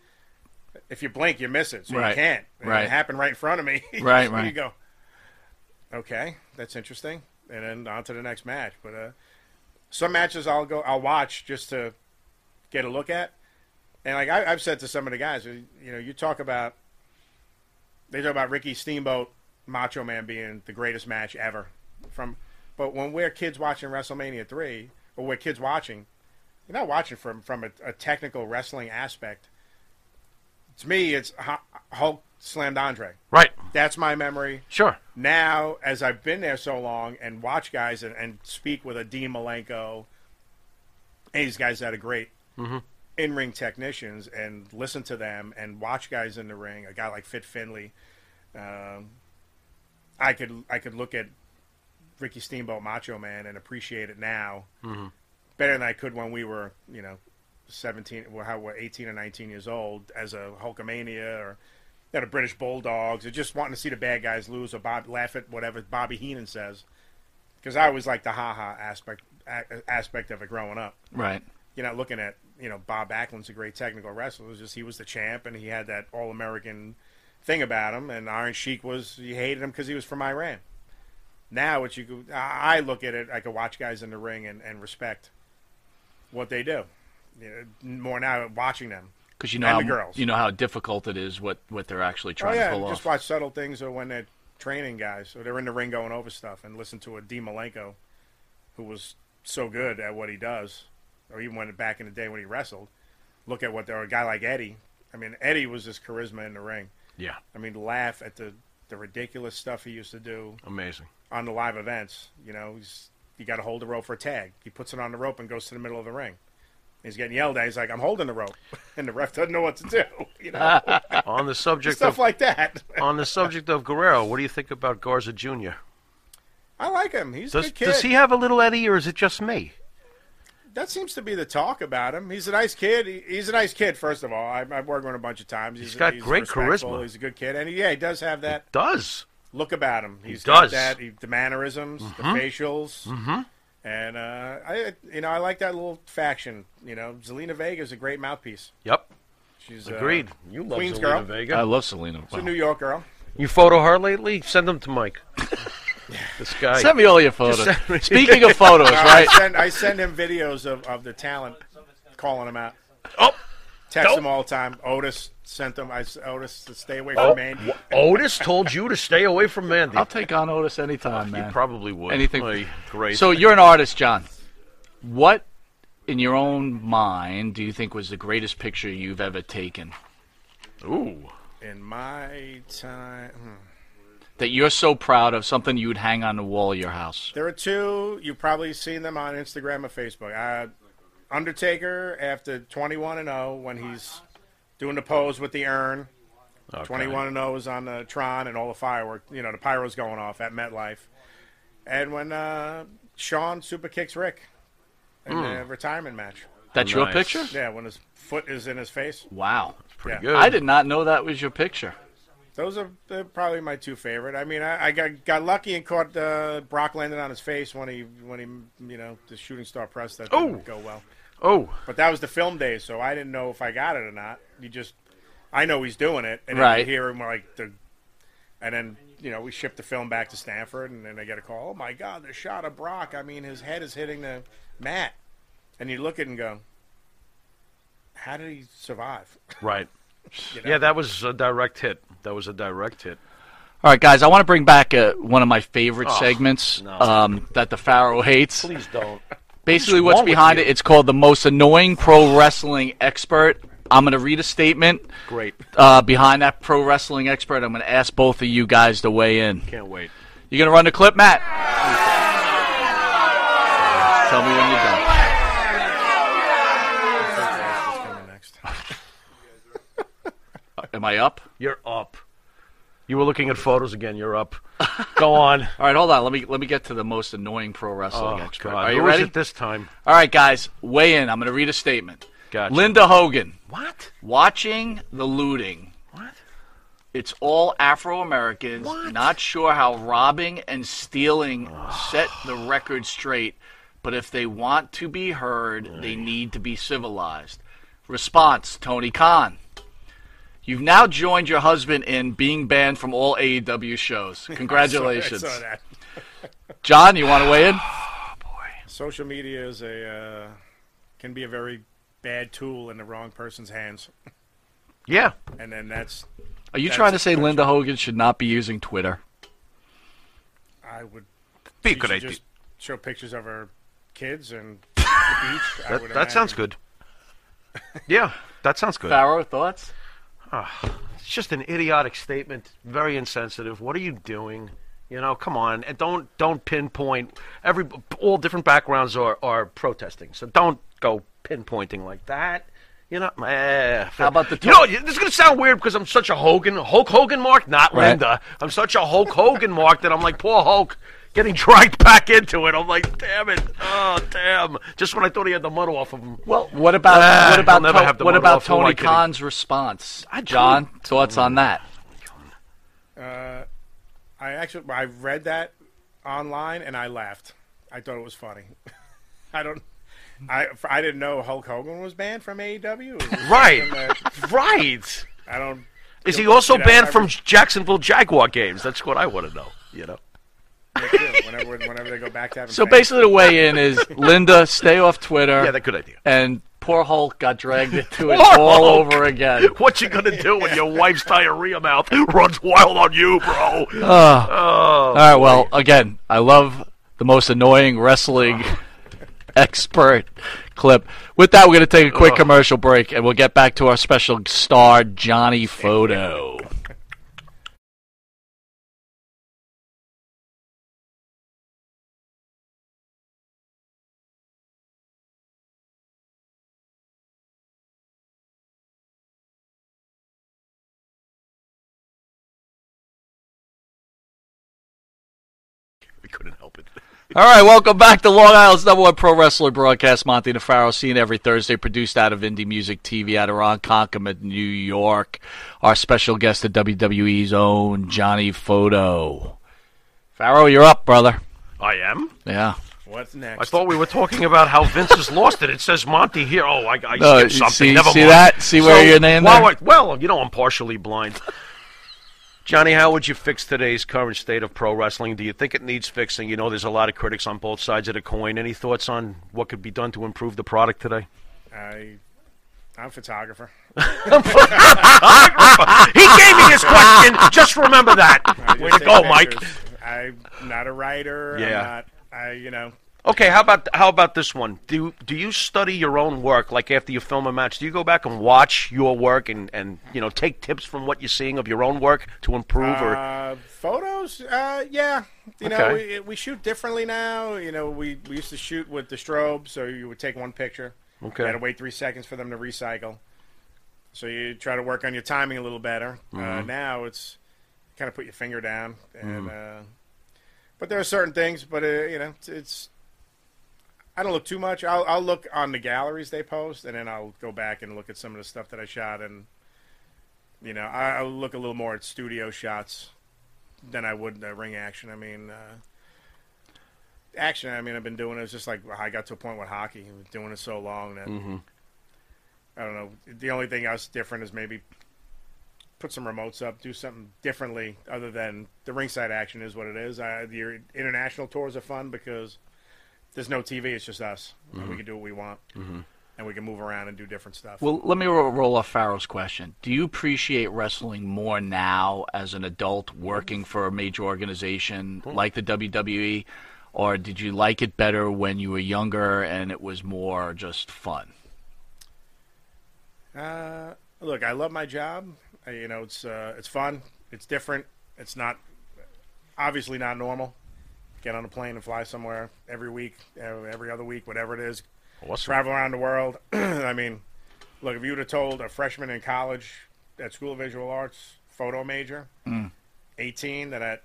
[SPEAKER 15] if you blink, you miss it, so
[SPEAKER 13] Right.
[SPEAKER 15] you can't. And
[SPEAKER 13] Right.
[SPEAKER 15] It happened right in front of me.
[SPEAKER 13] Right,
[SPEAKER 15] So You
[SPEAKER 13] right.
[SPEAKER 15] go, okay, that's interesting. And then on to the next match. But uh, some matches I'll go, I'll watch just to get a look at. And like I, I've said to some of the guys, you know, you talk about, they talk about Ricky Steamboat, Macho Man being the greatest match ever. From, but when we're kids watching WrestleMania three, or we're kids watching, you're not watching from from a, a technical wrestling aspect. To me, it's Hu- Hulk slammed Andre.
[SPEAKER 14] Right.
[SPEAKER 15] That's my memory.
[SPEAKER 14] Sure.
[SPEAKER 15] Now, as I've been there so long and watch guys and, and speak with a Dean Malenko, and these guys that are great
[SPEAKER 14] Mhm.
[SPEAKER 15] in ring technicians and listen to them and watch guys in the ring. A guy like Fit Finley, um, I could I could look at Ricky Steamboat Macho Man and appreciate it now
[SPEAKER 14] Mhm.
[SPEAKER 15] better than I could when we were you know seventeen well how we're eighteen or nineteen years old as a Hulkamania or you know, the British Bulldogs or just wanting to see the bad guys lose or Bob laugh at whatever Bobby Heenan says because I always like the ha ha aspect a- aspect of it growing up
[SPEAKER 13] Right.
[SPEAKER 15] you're not looking at you know Bob Backlund's a great technical wrestler. It was just he was the champ and he had that all American thing about him. And Iron Sheik was you hated him because he was from Iran. Now what you could- I I look at it, I could watch guys in the ring and, and respect what they do. You know, more now watching them
[SPEAKER 13] Because you know
[SPEAKER 15] and
[SPEAKER 13] how
[SPEAKER 15] the girls.
[SPEAKER 13] you know how difficult it is what what they're actually
[SPEAKER 15] oh
[SPEAKER 13] trying
[SPEAKER 15] yeah,
[SPEAKER 13] to pull
[SPEAKER 15] just
[SPEAKER 13] off.
[SPEAKER 15] watch subtle things or when they're training guys or they're in the ring going over stuff and listen to a D Malenko who was so good at what he does, or even when back in the day when he wrestled, look at what there a guy like Eddie. I mean, Eddie was his charisma in the ring.
[SPEAKER 14] Yeah.
[SPEAKER 15] I mean, laugh at the the ridiculous stuff he used to do
[SPEAKER 14] Amazing.
[SPEAKER 15] on the live events. You know, he's you got to hold the rope for a tag. He puts it on the rope and goes to the middle of the ring. He's getting yelled at. He's like, "I'm holding the rope," and the ref doesn't know what to do. You know,
[SPEAKER 14] on the subject
[SPEAKER 15] stuff
[SPEAKER 14] of,
[SPEAKER 15] like that.
[SPEAKER 14] on the subject of Guerrero, what do you think about Garza Jr.?
[SPEAKER 15] I like him. He's a
[SPEAKER 14] Does,
[SPEAKER 15] good kid.
[SPEAKER 14] does he have a little Eddie, or is it just me?
[SPEAKER 15] That seems to be the talk about him. He's a nice kid. He- He's a nice kid. First of all, I, I've worked with him a bunch of times. He's,
[SPEAKER 14] He's got great
[SPEAKER 15] respectful.
[SPEAKER 14] charisma.
[SPEAKER 15] He's a good kid, and he, yeah, he does have that
[SPEAKER 14] Does
[SPEAKER 15] look about him. He's got
[SPEAKER 14] does.
[SPEAKER 15] that he, the mannerisms, the
[SPEAKER 14] Mhm.
[SPEAKER 15] facials,
[SPEAKER 14] Mhm.
[SPEAKER 15] and uh, I, you know, I like that little faction. You know, Zelina Vega is a great mouthpiece.
[SPEAKER 14] Yep.
[SPEAKER 15] She's
[SPEAKER 14] Agreed.
[SPEAKER 15] Uh,
[SPEAKER 14] You love
[SPEAKER 15] Queens
[SPEAKER 14] Zelina
[SPEAKER 15] girl.
[SPEAKER 14] Vega. I love Zelina.
[SPEAKER 15] She's a
[SPEAKER 14] Wow.
[SPEAKER 15] New York girl.
[SPEAKER 14] You photo her lately? Send them to Mike. this guy.
[SPEAKER 13] Send me all your photos.
[SPEAKER 14] Just send me-
[SPEAKER 13] Speaking of photos,
[SPEAKER 15] Uh,
[SPEAKER 13] right?
[SPEAKER 15] I send, I send him videos of, of the talent, calling him out.
[SPEAKER 14] Oh,
[SPEAKER 15] text
[SPEAKER 14] Nope.
[SPEAKER 15] him all the time. Otis sent them. I s- Otis to stay away
[SPEAKER 14] Oh,
[SPEAKER 15] from Maine.
[SPEAKER 14] w- Otis told you to stay away from Mandy. I'll
[SPEAKER 13] take on Otis anytime, man.
[SPEAKER 14] You probably would.
[SPEAKER 13] Anything.
[SPEAKER 14] Oy, great.
[SPEAKER 13] So you're an artist, John. What, in your own mind, do you think was the greatest picture you've ever taken?
[SPEAKER 14] Ooh.
[SPEAKER 15] In my time, hmm.
[SPEAKER 13] that you're so proud of, something you'd hang on the wall of your house?
[SPEAKER 15] There are two. You've probably seen them on Instagram or Facebook. Uh, Undertaker after 21 and 0 when he's doing the pose with the urn. 21 and 0 is on the Tron and all the firework. You know the pyro's going off at MetLife. And when uh, Sean super kicks Rick in
[SPEAKER 13] Mm.
[SPEAKER 15] the retirement match.
[SPEAKER 13] That's your Nice. picture?
[SPEAKER 15] Yeah, when his foot is in his face.
[SPEAKER 13] Wow,
[SPEAKER 15] pretty
[SPEAKER 14] good.
[SPEAKER 13] I did not know that was your picture.
[SPEAKER 15] Those are uh, probably my two favorite. I mean, I, I got got lucky and caught uh, Brock landed on his face when he when he you know the shooting star press that didn't
[SPEAKER 14] Oh.
[SPEAKER 15] go well.
[SPEAKER 14] Oh.
[SPEAKER 15] but that was the film day, so I didn't know if I got it or not. You just, I know he's doing it, and then
[SPEAKER 13] Right.
[SPEAKER 15] you hear him like the, and then you know we shipped the film back to Stanford, and then I get a call. Oh my God, the shot of Brock! I mean, his head is hitting the mat, and you look at it and go, how did he survive?
[SPEAKER 14] Right.
[SPEAKER 15] You know?
[SPEAKER 14] Yeah, that was a direct hit. That was a direct hit.
[SPEAKER 13] All right, guys, I want to bring back uh, one of my favorite
[SPEAKER 14] Oh,
[SPEAKER 13] segments
[SPEAKER 14] no.
[SPEAKER 13] um, that the Pharaoh hates.
[SPEAKER 14] Please don't.
[SPEAKER 13] Basically,
[SPEAKER 14] What's
[SPEAKER 13] what's
[SPEAKER 14] wrong with
[SPEAKER 13] behind
[SPEAKER 14] you?
[SPEAKER 13] it? It's called the most annoying pro wrestling expert. I'm going to read a statement.
[SPEAKER 14] Great.
[SPEAKER 13] Uh, behind that pro wrestling expert, I'm going to ask both of you guys to weigh in.
[SPEAKER 14] Can't wait.
[SPEAKER 13] You're going to run the clip, Matt. Tell me when you're done. Am I up?
[SPEAKER 14] You're up. You were looking at photos again. You're up. Go on.
[SPEAKER 13] All right, hold on. Let me let me get to the most annoying pro wrestling
[SPEAKER 14] Oh,
[SPEAKER 13] expert.
[SPEAKER 14] God.
[SPEAKER 13] Are you
[SPEAKER 14] Who is
[SPEAKER 13] ready
[SPEAKER 14] it this time?
[SPEAKER 13] All right, guys, weigh in. I'm going to read a statement.
[SPEAKER 14] Gotcha.
[SPEAKER 13] Linda Hogan.
[SPEAKER 14] What?
[SPEAKER 13] Watching the looting.
[SPEAKER 14] What?
[SPEAKER 13] It's all Afro Americans. Not sure how robbing and stealing set the record straight, but if they want to be heard, they need to be civilized. Response Tony Khan. You've now joined your husband in being banned from all AEW shows. Congratulations.
[SPEAKER 15] I saw, I saw that.
[SPEAKER 13] John, you want to weigh in?
[SPEAKER 15] Social media is a uh, can be a very bad tool in the wrong person's hands,
[SPEAKER 14] Yeah.
[SPEAKER 15] and then that's.
[SPEAKER 13] Are you
[SPEAKER 15] that's-
[SPEAKER 13] trying to say Linda Hogan should not be using Twitter?
[SPEAKER 15] I would
[SPEAKER 14] Be a
[SPEAKER 15] she
[SPEAKER 14] good
[SPEAKER 15] should
[SPEAKER 14] idea.
[SPEAKER 15] Just show pictures of her kids and the beach. I
[SPEAKER 14] That,
[SPEAKER 15] would
[SPEAKER 14] that sounds
[SPEAKER 15] imagine.
[SPEAKER 14] good. Yeah, that sounds good.
[SPEAKER 13] Pharaoh, thoughts?
[SPEAKER 14] it's just an idiotic statement. Very insensitive. What are you doing? You know, come on, and don't don't pinpoint every all different backgrounds are are protesting. So don't go pinpointing like that. You know, eh,
[SPEAKER 13] How about the
[SPEAKER 14] you know? This is gonna sound weird because I'm such a Hogan Hulk Hogan mark, not
[SPEAKER 13] Right.
[SPEAKER 14] Linda. I'm such a Hulk Hogan mark that I'm like poor Hulk. Getting dragged back into it, I'm like, damn it! Oh, damn! Just when I thought he had the mud off of him.
[SPEAKER 13] Well, What about
[SPEAKER 14] Ah,
[SPEAKER 13] what
[SPEAKER 14] he'll
[SPEAKER 13] about
[SPEAKER 14] never
[SPEAKER 13] To-
[SPEAKER 14] have the
[SPEAKER 13] what
[SPEAKER 14] motor
[SPEAKER 13] about
[SPEAKER 14] off, who am I
[SPEAKER 13] Tony
[SPEAKER 14] kidding?
[SPEAKER 13] Khan's response? John, thoughts on that?
[SPEAKER 15] Uh, I actually I read that online and I laughed. I thought it was funny. I don't. I I didn't know Hulk Hogan was banned from AEW. It was just
[SPEAKER 14] Right.
[SPEAKER 15] something that-
[SPEAKER 14] Right.
[SPEAKER 15] I don't.
[SPEAKER 14] Is he
[SPEAKER 15] you know,
[SPEAKER 14] also
[SPEAKER 15] I-
[SPEAKER 14] banned
[SPEAKER 15] I-
[SPEAKER 14] from Jacksonville Jaguar games? That's what I want to know. You know.
[SPEAKER 15] whenever whenever they go back to having
[SPEAKER 13] So
[SPEAKER 15] fans.
[SPEAKER 13] basically, the weigh in is Linda, stay off Twitter.
[SPEAKER 14] Yeah, that's a good idea.
[SPEAKER 13] And poor Hulk got dragged into Uh, it
[SPEAKER 14] Poor
[SPEAKER 13] all
[SPEAKER 14] Hulk.
[SPEAKER 13] over again.
[SPEAKER 14] What you gonna do when your wife's diarrhea mouth runs wild on you, bro? Oh.
[SPEAKER 13] Ugh. all right. Well, again, I love the most annoying wrestling expert clip. With that, we're going to take a quick
[SPEAKER 14] Ugh.
[SPEAKER 13] commercial break, and we'll get back to our special star, Johnny Photo.
[SPEAKER 14] we couldn't help it.
[SPEAKER 13] All right, welcome back to Long Island's number one pro wrestler broadcast, Monty DeFaro, seen every Thursday, produced out of Indie Music TV out of Ronkonkoma, New York. Our special guest at WWE's own Johnny Photo. Faro, you're up, brother.
[SPEAKER 14] I am.
[SPEAKER 13] Yeah.
[SPEAKER 15] What's
[SPEAKER 14] I thought we were talking about how Vince has lost it. It says Monty here. Oh, I, I
[SPEAKER 13] No,
[SPEAKER 14] skipped
[SPEAKER 13] you
[SPEAKER 14] something.
[SPEAKER 13] see-
[SPEAKER 14] Never
[SPEAKER 13] see
[SPEAKER 14] mind.
[SPEAKER 13] that? See where your name
[SPEAKER 14] while
[SPEAKER 13] there?
[SPEAKER 14] I- well, you know, I'm partially blind. Johnny, how would you fix today's current state of pro wrestling? Do you think it needs fixing? You know, there's a lot of critics on both sides of the coin. Any thoughts on what could be done to improve the product today?
[SPEAKER 15] I I'm a photographer.
[SPEAKER 14] he gave me his question. Just remember that.
[SPEAKER 15] I just
[SPEAKER 14] Way to
[SPEAKER 15] take
[SPEAKER 14] go, Mike.
[SPEAKER 15] pictures. I'm not a writer.
[SPEAKER 14] Yeah.
[SPEAKER 15] I'm not, I, you know,
[SPEAKER 14] Okay, how about how about this one? Do do you study your own work? Like after you film a match, do you go back and watch your work and, and you know take tips from what you're seeing of your own work to improve? Or
[SPEAKER 15] Uh, photos? Uh, yeah. You know, we,
[SPEAKER 14] Okay.
[SPEAKER 15] we shoot differently now. You know, we, we used to shoot with the strobe, so you would take one picture.
[SPEAKER 14] Okay.
[SPEAKER 15] You had to wait three seconds for them to recycle. So you try to work on your timing a little better. Uh,
[SPEAKER 14] Mhm.
[SPEAKER 15] now it's kind of put your finger down, and
[SPEAKER 14] Mm.
[SPEAKER 15] uh, but there are certain things. But uh, you know, it's, it's I don't look too much. I'll, I'll look on the galleries they post, and then I'll go back and look at some of the stuff that I shot. And you know, I, I'll look a little more at studio shots than I would uh, ring action. I mean, uh, action. I mean, I've been doing it. It's just like I got to a point with hockey, I was doing it so long that
[SPEAKER 14] Mhm.
[SPEAKER 15] I don't know. The only thing I was different is maybe put some remotes up, do something differently other than the ringside action is what it is. I, the international tours are fun because there's no TV; it's just us. And we
[SPEAKER 13] Mhm.
[SPEAKER 15] can do what we want,
[SPEAKER 13] Mhm.
[SPEAKER 15] and we can move around and do different stuff.
[SPEAKER 13] Well, let me ro- roll off Farrell's question. Do you appreciate wrestling more now as an adult working for a major organization like the WWE, or did you like it better when you were younger and it was more just fun?
[SPEAKER 15] Uh, look, I love my job. I, you know, it's uh, it's fun. It's different. It's not obviously not normal. Get on a plane and fly somewhere every week, every every other week, whatever it is.
[SPEAKER 14] Awesome.
[SPEAKER 15] Travel around the world. I mean, look, if you would have told a freshman in college at School of Visual Arts, photo major, 18 that at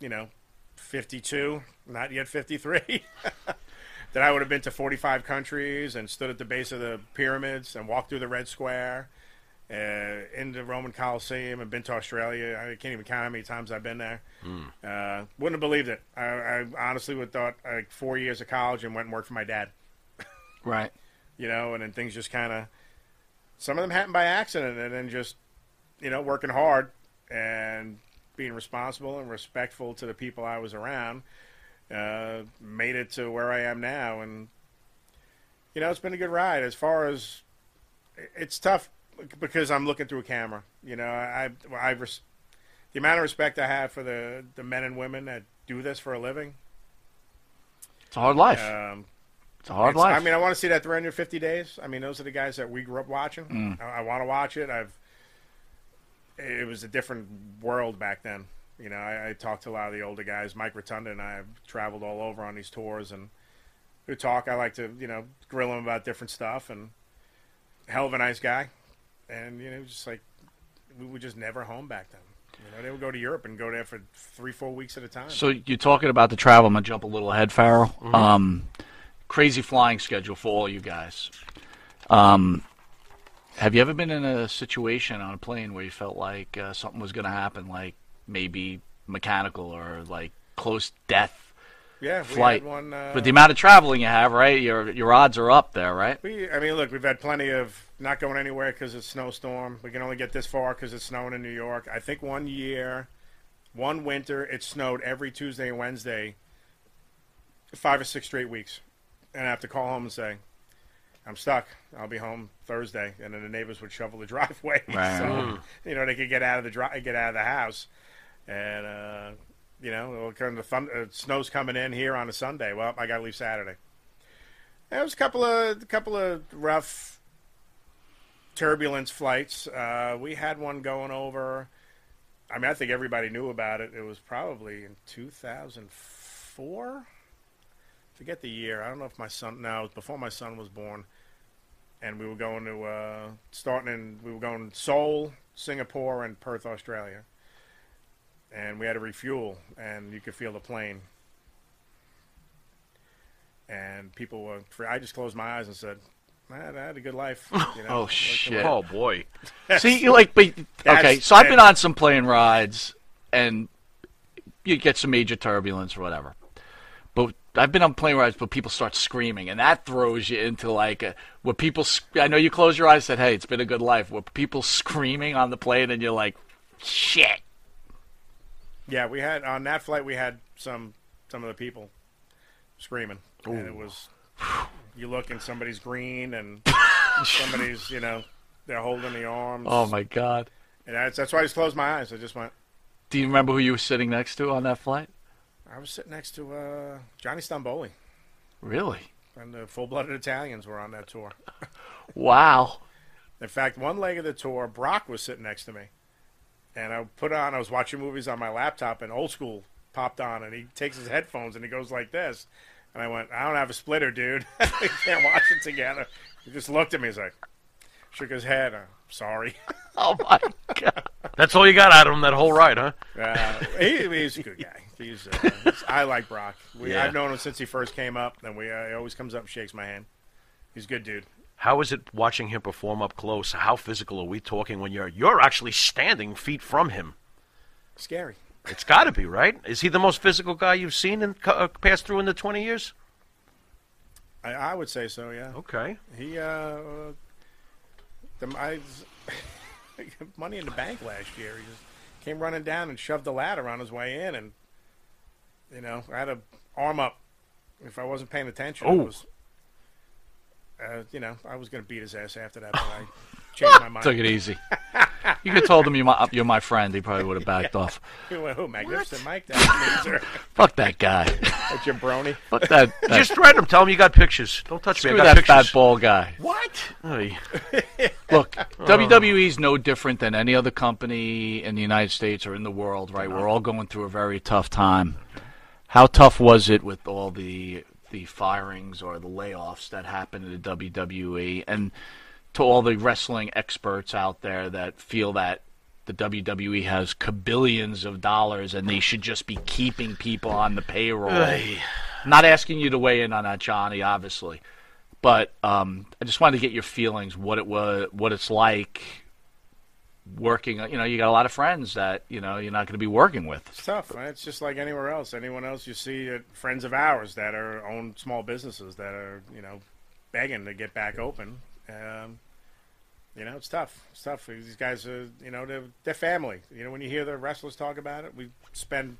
[SPEAKER 15] you know 52 not yet 53 that i would have been to 45 countries and stood at the base of the pyramids and walked through the red square uh, in the roman coliseum and been to australia i can't even count how many times i've been there
[SPEAKER 14] Mm.
[SPEAKER 15] uh, wouldn't have believed it i, I honestly would have thought like four years of college and went and worked for my dad
[SPEAKER 13] Right.
[SPEAKER 15] you know, and then things just kind of some of them happen by accident, and then just you know working hard and being responsible and respectful to the people I was around uh, made it to where I am now, and you know it's been a good ride. As far as it's tough because I'm looking through a camera, you know, I I res- the amount of respect I have for the the men and women that do this for a living.
[SPEAKER 13] It's a hard life.
[SPEAKER 15] Um,
[SPEAKER 13] it's a hard
[SPEAKER 15] it's-
[SPEAKER 13] life.
[SPEAKER 15] I mean, I want to see that 350 days. I mean, those are the guys that we grew up watching.
[SPEAKER 13] Mm.
[SPEAKER 15] I, I want to watch it. I've. It was a different world back then. You know, I, I talked to a lot of the older guys. Mike Rotunda and I have traveled all over on these tours, and we talk. I like to, you know, grill him about different stuff, and hell of a nice guy. And you know, just like we were just never home back then. You know, they would go to Europe and go there for three, four weeks at a time.
[SPEAKER 13] So you're talking about the travel. I'm gonna jump a little ahead, Farrell.
[SPEAKER 15] Mhm.
[SPEAKER 13] Um, crazy flying schedule for all you guys. Um, have you ever been in a situation on a plane where you felt like uh, something was gonna happen, like maybe mechanical or like close death?
[SPEAKER 15] Yeah, we
[SPEAKER 13] flight.
[SPEAKER 15] had one, uh,
[SPEAKER 13] But the amount of traveling you have, right? Your your odds are up there, right?
[SPEAKER 15] We, I mean, look, we've had plenty of not going anywhere because it's snowstorm. We can only get this far because it's snowing in New York. I think one year, one winter, it snowed every Tuesday and Wednesday, five or six straight weeks, and I have to call home and say, "I'm stuck. I'll be home Thursday." And then the neighbors would shovel the driveway,
[SPEAKER 13] Right.
[SPEAKER 15] so
[SPEAKER 13] Mm.
[SPEAKER 15] you know they could get out of the dri- get out of the house, and uh, you know, it'll come the thun- uh, snow's coming in here on a Sunday. Well, I got to leave Saturday. There was a couple of couple of rough turbulence flights. Uh, we had one going over. I mean, I think everybody knew about it. It was probably in 2004. Forget the year. I don't know if my son. No, it was before my son was born. And we were going to uh, starting in. We were going Seoul, Singapore, and Perth, Australia. And we had to refuel, and you could feel the plane and people were. For, I just closed my eyes and said, "Man, I had a good life." You know?
[SPEAKER 13] Oh
[SPEAKER 15] Like,
[SPEAKER 13] shit!
[SPEAKER 15] like-
[SPEAKER 13] See, you like, but
[SPEAKER 15] That's-
[SPEAKER 13] okay. So I've been
[SPEAKER 15] that-
[SPEAKER 13] on some plane rides, and you get some major turbulence or whatever. But I've been on plane rides, but people start screaming, and that throws you into like a, where people. sc- I know you close your eyes, and said, "Hey, it's been a good life." Where people screaming on the plane, and you're like, "Shit!"
[SPEAKER 15] Yeah, we had on that flight. We had some some of the people screaming, and it was you look and somebody's green and somebody's you know they're holding the arms.
[SPEAKER 13] Oh my god!
[SPEAKER 15] And that's that's why I just closed my eyes. I just went.
[SPEAKER 13] Do you remember who you were sitting next to on that flight?
[SPEAKER 15] I was sitting next to uh, Johnny Stamboli.
[SPEAKER 13] Really?
[SPEAKER 15] And the full-blooded Italians were on that tour.
[SPEAKER 13] Wow.
[SPEAKER 15] In fact, one leg of the tour, Brock was sitting next to me, and I put on. I was watching movies on my laptop, and Old School popped on, and he takes his headphones and he goes like this, and I went, "I don't have a splitter, dude. we can't watch it together." He just looked at me. He's like, shook his head. I'm sorry.
[SPEAKER 13] oh my god.
[SPEAKER 14] That's all you got out of him that whole ride, huh?
[SPEAKER 15] Uh, he, he's a good guy. He's, uh, he's- I like Brock. We,
[SPEAKER 14] Yeah.
[SPEAKER 15] I've known him since he first came up, and we uh, he always comes up and shakes my hand. He's a good dude.
[SPEAKER 14] How is it watching him perform up close? How physical are we talking when you're you're actually standing feet from him?
[SPEAKER 15] Scary.
[SPEAKER 14] It's got to be right. Is he the most physical guy you've seen and uh, pass through in the twenty years?
[SPEAKER 15] I, I would say so. Yeah.
[SPEAKER 14] Okay.
[SPEAKER 15] He uh, the I, money in the bank last year. He just came running down and shoved the ladder on his way in, and you know I had a arm up. If I wasn't paying attention, I
[SPEAKER 14] Oh.
[SPEAKER 15] was. Uh, you know, I was going to beat his ass after that, but I changed my mind.
[SPEAKER 13] Took it easy. You could have told him you're my, you're my friend. He probably would have backed off.
[SPEAKER 15] You went, Who, Magnificent Mike? That loser.
[SPEAKER 13] Fuck that guy.
[SPEAKER 15] That jabroni.
[SPEAKER 13] Fuck that. that
[SPEAKER 14] Just threaten him. Tell him you got pictures. Don't touch
[SPEAKER 13] screw
[SPEAKER 14] me. I got
[SPEAKER 13] that
[SPEAKER 14] pictures.
[SPEAKER 13] fat ball guy.
[SPEAKER 14] What?
[SPEAKER 13] Look, WWE is no different than any other company in the United States or in the world, right? We're all going through a very tough time. How tough was it with all the the firings or the layoffs that happened in the WWE E? and to all the wrestling experts out there that feel that the WWE has cabillions of dollars and they should just be keeping people on the payroll.
[SPEAKER 14] Ay.
[SPEAKER 13] Not asking you to weigh in on that, Johnny, obviously, but um, I just wanted to get your feelings, what it was, what it's like working. You know, you got a lot of friends that you know you're not going to be working with.
[SPEAKER 15] It's tough. right? It's just like anywhere else. Anyone else you see, uh, friends of ours that are own small businesses that are you know begging to get back open. Um, you know, it's tough. It's tough. These guys are you know they're, they're family. You know, when you hear the wrestlers talk about it, we spend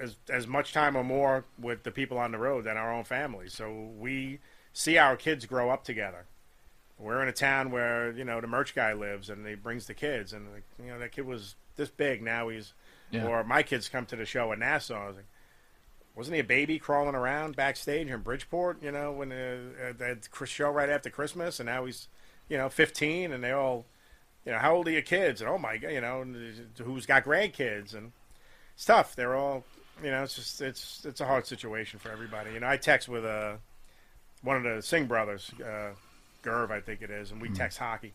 [SPEAKER 15] as as much time or more with the people on the road than our own family. So we see our kids grow up together. We're in a town where you know the merch guy lives, and he brings the kids, and like, you know that kid was this big. Now he's,
[SPEAKER 13] Yeah.
[SPEAKER 15] or my kids come to the show in Nassau. I was like, wasn't he a baby crawling around backstage in Bridgeport? You know when uh, uh, that Chris- show right after Christmas, and now he's, you know, 15, and they all, you know, how old are your kids? And oh my god, you know, and who's got grandkids and stuff. They're all, you know, it's just it's it's a hard situation for everybody. You know, I text with uh, one of the Singh brothers, uh, Gerv, I think it is, and we
[SPEAKER 13] Hmm.
[SPEAKER 15] text hockey,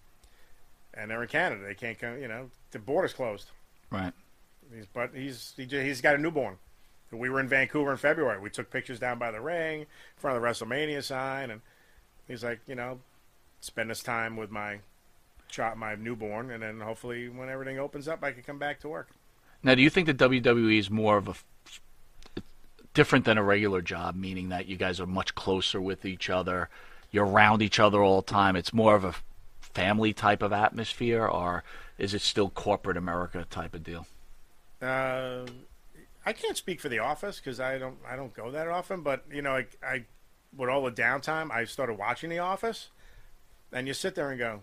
[SPEAKER 15] and they're in Canada. They can't come. You know, the border's closed.
[SPEAKER 13] Right.
[SPEAKER 15] He's, but he's he, j- he's got a newborn. We were in Vancouver in February. We took pictures down by the ring in front of the WrestleMania sign, and he's like, you know, spend this time with my child, my newborn, and then hopefully when everything opens up, I can come back to work.
[SPEAKER 13] Now, do you think the WWE is more of a f- different than a regular job, meaning that you guys are much closer with each other, you're around each other all the time? It's more of a family type of atmosphere, or is it still corporate America type of deal?
[SPEAKER 15] Uh, I can't speak for the office because I don't I don't go that often. But you know, I, I with all the downtime, I started watching The Office, and you sit there and go,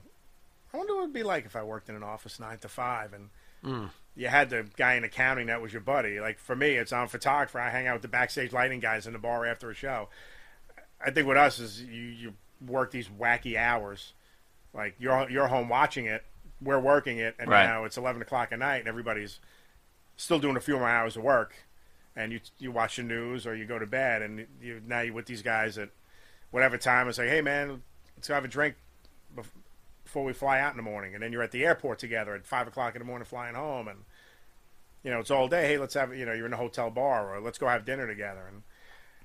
[SPEAKER 15] I wonder what it'd be like if I worked in an office nine to five, and
[SPEAKER 14] Mm.
[SPEAKER 15] you had the guy in accounting that was your buddy. Like for me, it's I'm a photographer. I hang out with the backstage lighting guys in the bar after a show. I think with us is you, you work these wacky hours. Like you're you're home watching it, we're working it, and
[SPEAKER 13] Right.
[SPEAKER 15] now it's eleven o'clock at night, and everybody's still doing a few more hours of work. And you you watch the news or you go to bed, and you now you're with these guys at whatever time and say, hey man, let's go have a drink bef- before we fly out in the morning, and then you're at the airport together at five o'clock in the morning flying home, and you know it's all day. Hey, let's have you know you're in a hotel bar, or let's go have dinner together, and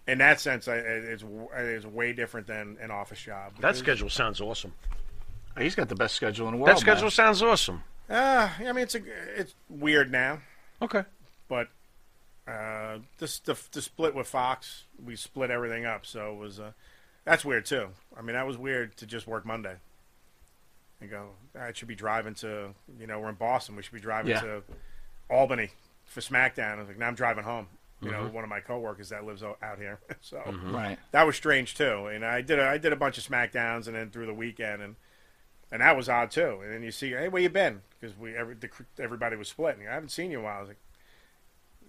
[SPEAKER 15] in that sense, I, it- it's w- it's way different than an office job.
[SPEAKER 14] That schedule sounds awesome.
[SPEAKER 13] He's got the best schedule in the
[SPEAKER 14] that schedule sounds awesome.
[SPEAKER 15] Uh, I mean, it's a, it's weird now.
[SPEAKER 14] Okay.
[SPEAKER 15] But uh, this the, the split with Fox, we split everything up, so it was uh, that's weird too. I mean, that was weird to just work Monday and go. I should be driving to you know we're in Boston, we should be driving
[SPEAKER 13] Yeah.
[SPEAKER 15] to Albany for SmackDown. I was like, now I'm driving home. You know,
[SPEAKER 13] Mhm.
[SPEAKER 15] one of my coworkers that lives o- out here, so
[SPEAKER 13] Mhm. Right.
[SPEAKER 15] that was strange too. And I did a, I did a bunch of Smackdowns and then through the weekend and and that was odd too. And then you see, hey, where you been? Because we every, the, cr- everybody was splitting. I haven't seen you in a while. I was like,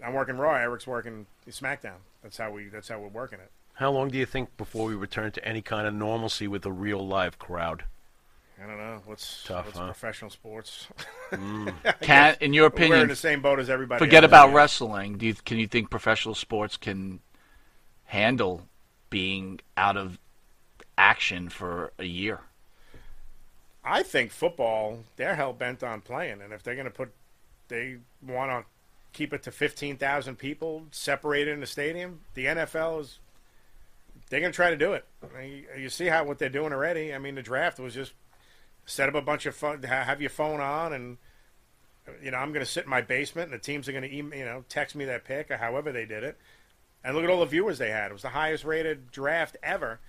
[SPEAKER 15] I'm working Raw. Eric's working SmackDown. That's how we that's how we're working it.
[SPEAKER 14] How long do you think before we return to any kind of normalcy with a real live crowd?
[SPEAKER 15] I don't know. What's
[SPEAKER 14] Tough,
[SPEAKER 15] what's
[SPEAKER 14] huh?
[SPEAKER 15] professional sports?
[SPEAKER 14] Mm.
[SPEAKER 15] I
[SPEAKER 13] Can,
[SPEAKER 15] guess
[SPEAKER 13] in your
[SPEAKER 15] we're
[SPEAKER 13] opinion,
[SPEAKER 15] in the same boat as everybody.
[SPEAKER 13] Forget
[SPEAKER 15] else.
[SPEAKER 13] about wrestling. Do you can you think professional sports can handle being out of action for a year?
[SPEAKER 15] I think football, they're hell bent on playing, and if they're going to put, they want to keep it to fifteen thousand people separated in the stadium. The NFL is, they're going to try to do it. I mean, you- you see how what they're doing already. I mean, the draft was just set up a bunch of fun, ha- have your phone on, and you know I'm going to sit in my basement, and the teams are going to email, you know text me that pick or however they did it. And look at all the viewers they had. It was the highest rated draft ever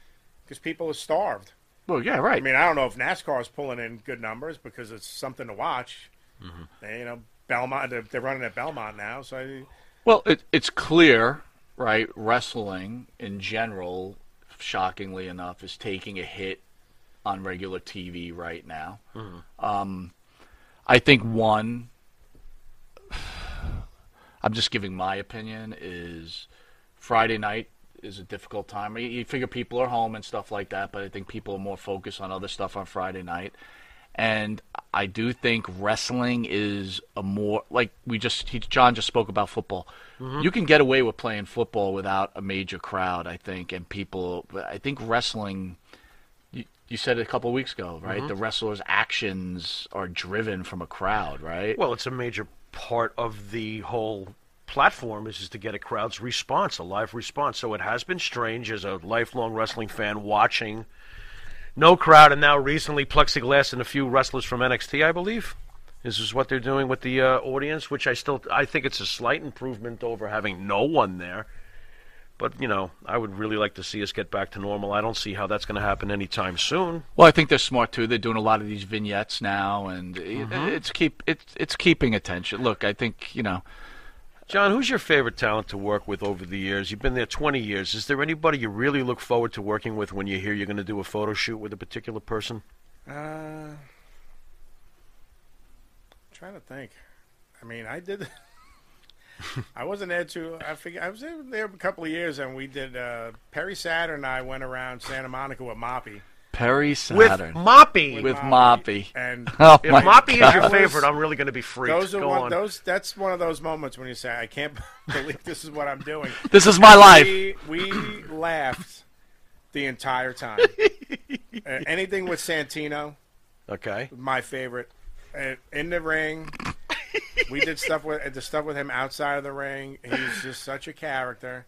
[SPEAKER 15] because people are starved.
[SPEAKER 13] Well, yeah, right.
[SPEAKER 15] I mean, I don't know if NASCAR is pulling in good numbers because it's something to watch.
[SPEAKER 13] Mhm.
[SPEAKER 15] They, you know, Belmont, they're, they're running at Belmont now, so I,
[SPEAKER 13] Well, it, it's clear, right? Wrestling in general, shockingly enough, is taking a hit on regular TV right now.
[SPEAKER 14] Mhm.
[SPEAKER 13] Um, I think one, I'm just giving my opinion, is Friday night is a difficult time. You, you figure people are home and stuff like that, but I think people are more focused on other stuff on Friday night. And I do think wrestling is a more like we just he, John just spoke about football.
[SPEAKER 14] Mhm.
[SPEAKER 13] You can get away with playing football without a major crowd, I think, and people. But I think wrestling. You, you said it a couple weeks ago, right?
[SPEAKER 14] Mhm.
[SPEAKER 13] The wrestlers' actions are driven from a crowd, right?
[SPEAKER 14] Well, it's a major part of the whole platform is, is to get a crowd's response, a live response. So it has been strange as a lifelong wrestling fan watching no crowd and now recently plexiglass and a few wrestlers from NXT, I believe. This is what they're doing with the uh, audience, which I still I think it's a slight improvement over having no one there. But you know, I would really like to see us get back to normal. I don't see how that's going to happen anytime soon.
[SPEAKER 13] Well, I think they're smart too. They're doing a lot of these vignettes now, and it-
[SPEAKER 14] Mhm.
[SPEAKER 13] it's keep it's it's keeping attention. Look, I think you know.
[SPEAKER 14] John, who's your favorite talent to work with over the years? You've been there 20 years. Is there anybody you really look forward to working with when you hear you're going to do a photo shoot with a particular person?
[SPEAKER 15] uh, trying to think. I mean, I did. I wasn't there too. I forget. I was there- there a couple of years, and we did. Uh, Perry Saturn and I went around Santa Monica with Moppy.
[SPEAKER 13] Perry Saturn
[SPEAKER 14] Moppy.
[SPEAKER 13] with Moppy.
[SPEAKER 15] And
[SPEAKER 13] oh
[SPEAKER 15] If
[SPEAKER 13] my
[SPEAKER 15] Moppy is
[SPEAKER 13] God.
[SPEAKER 15] your favorite,
[SPEAKER 14] Favorite, I'm really going to be freaked.
[SPEAKER 15] Those are
[SPEAKER 14] Go
[SPEAKER 15] one,
[SPEAKER 14] on.
[SPEAKER 15] those. That's one of those moments when you say, "I can't believe this is what I'm doing."
[SPEAKER 13] This is my life.
[SPEAKER 15] We, we laughed the entire time. Uh, anything with Santino,
[SPEAKER 14] Okay.
[SPEAKER 15] my favorite. Uh, in the ring, we did stuff with uh, the stuff with him outside of the ring. He's just such a character.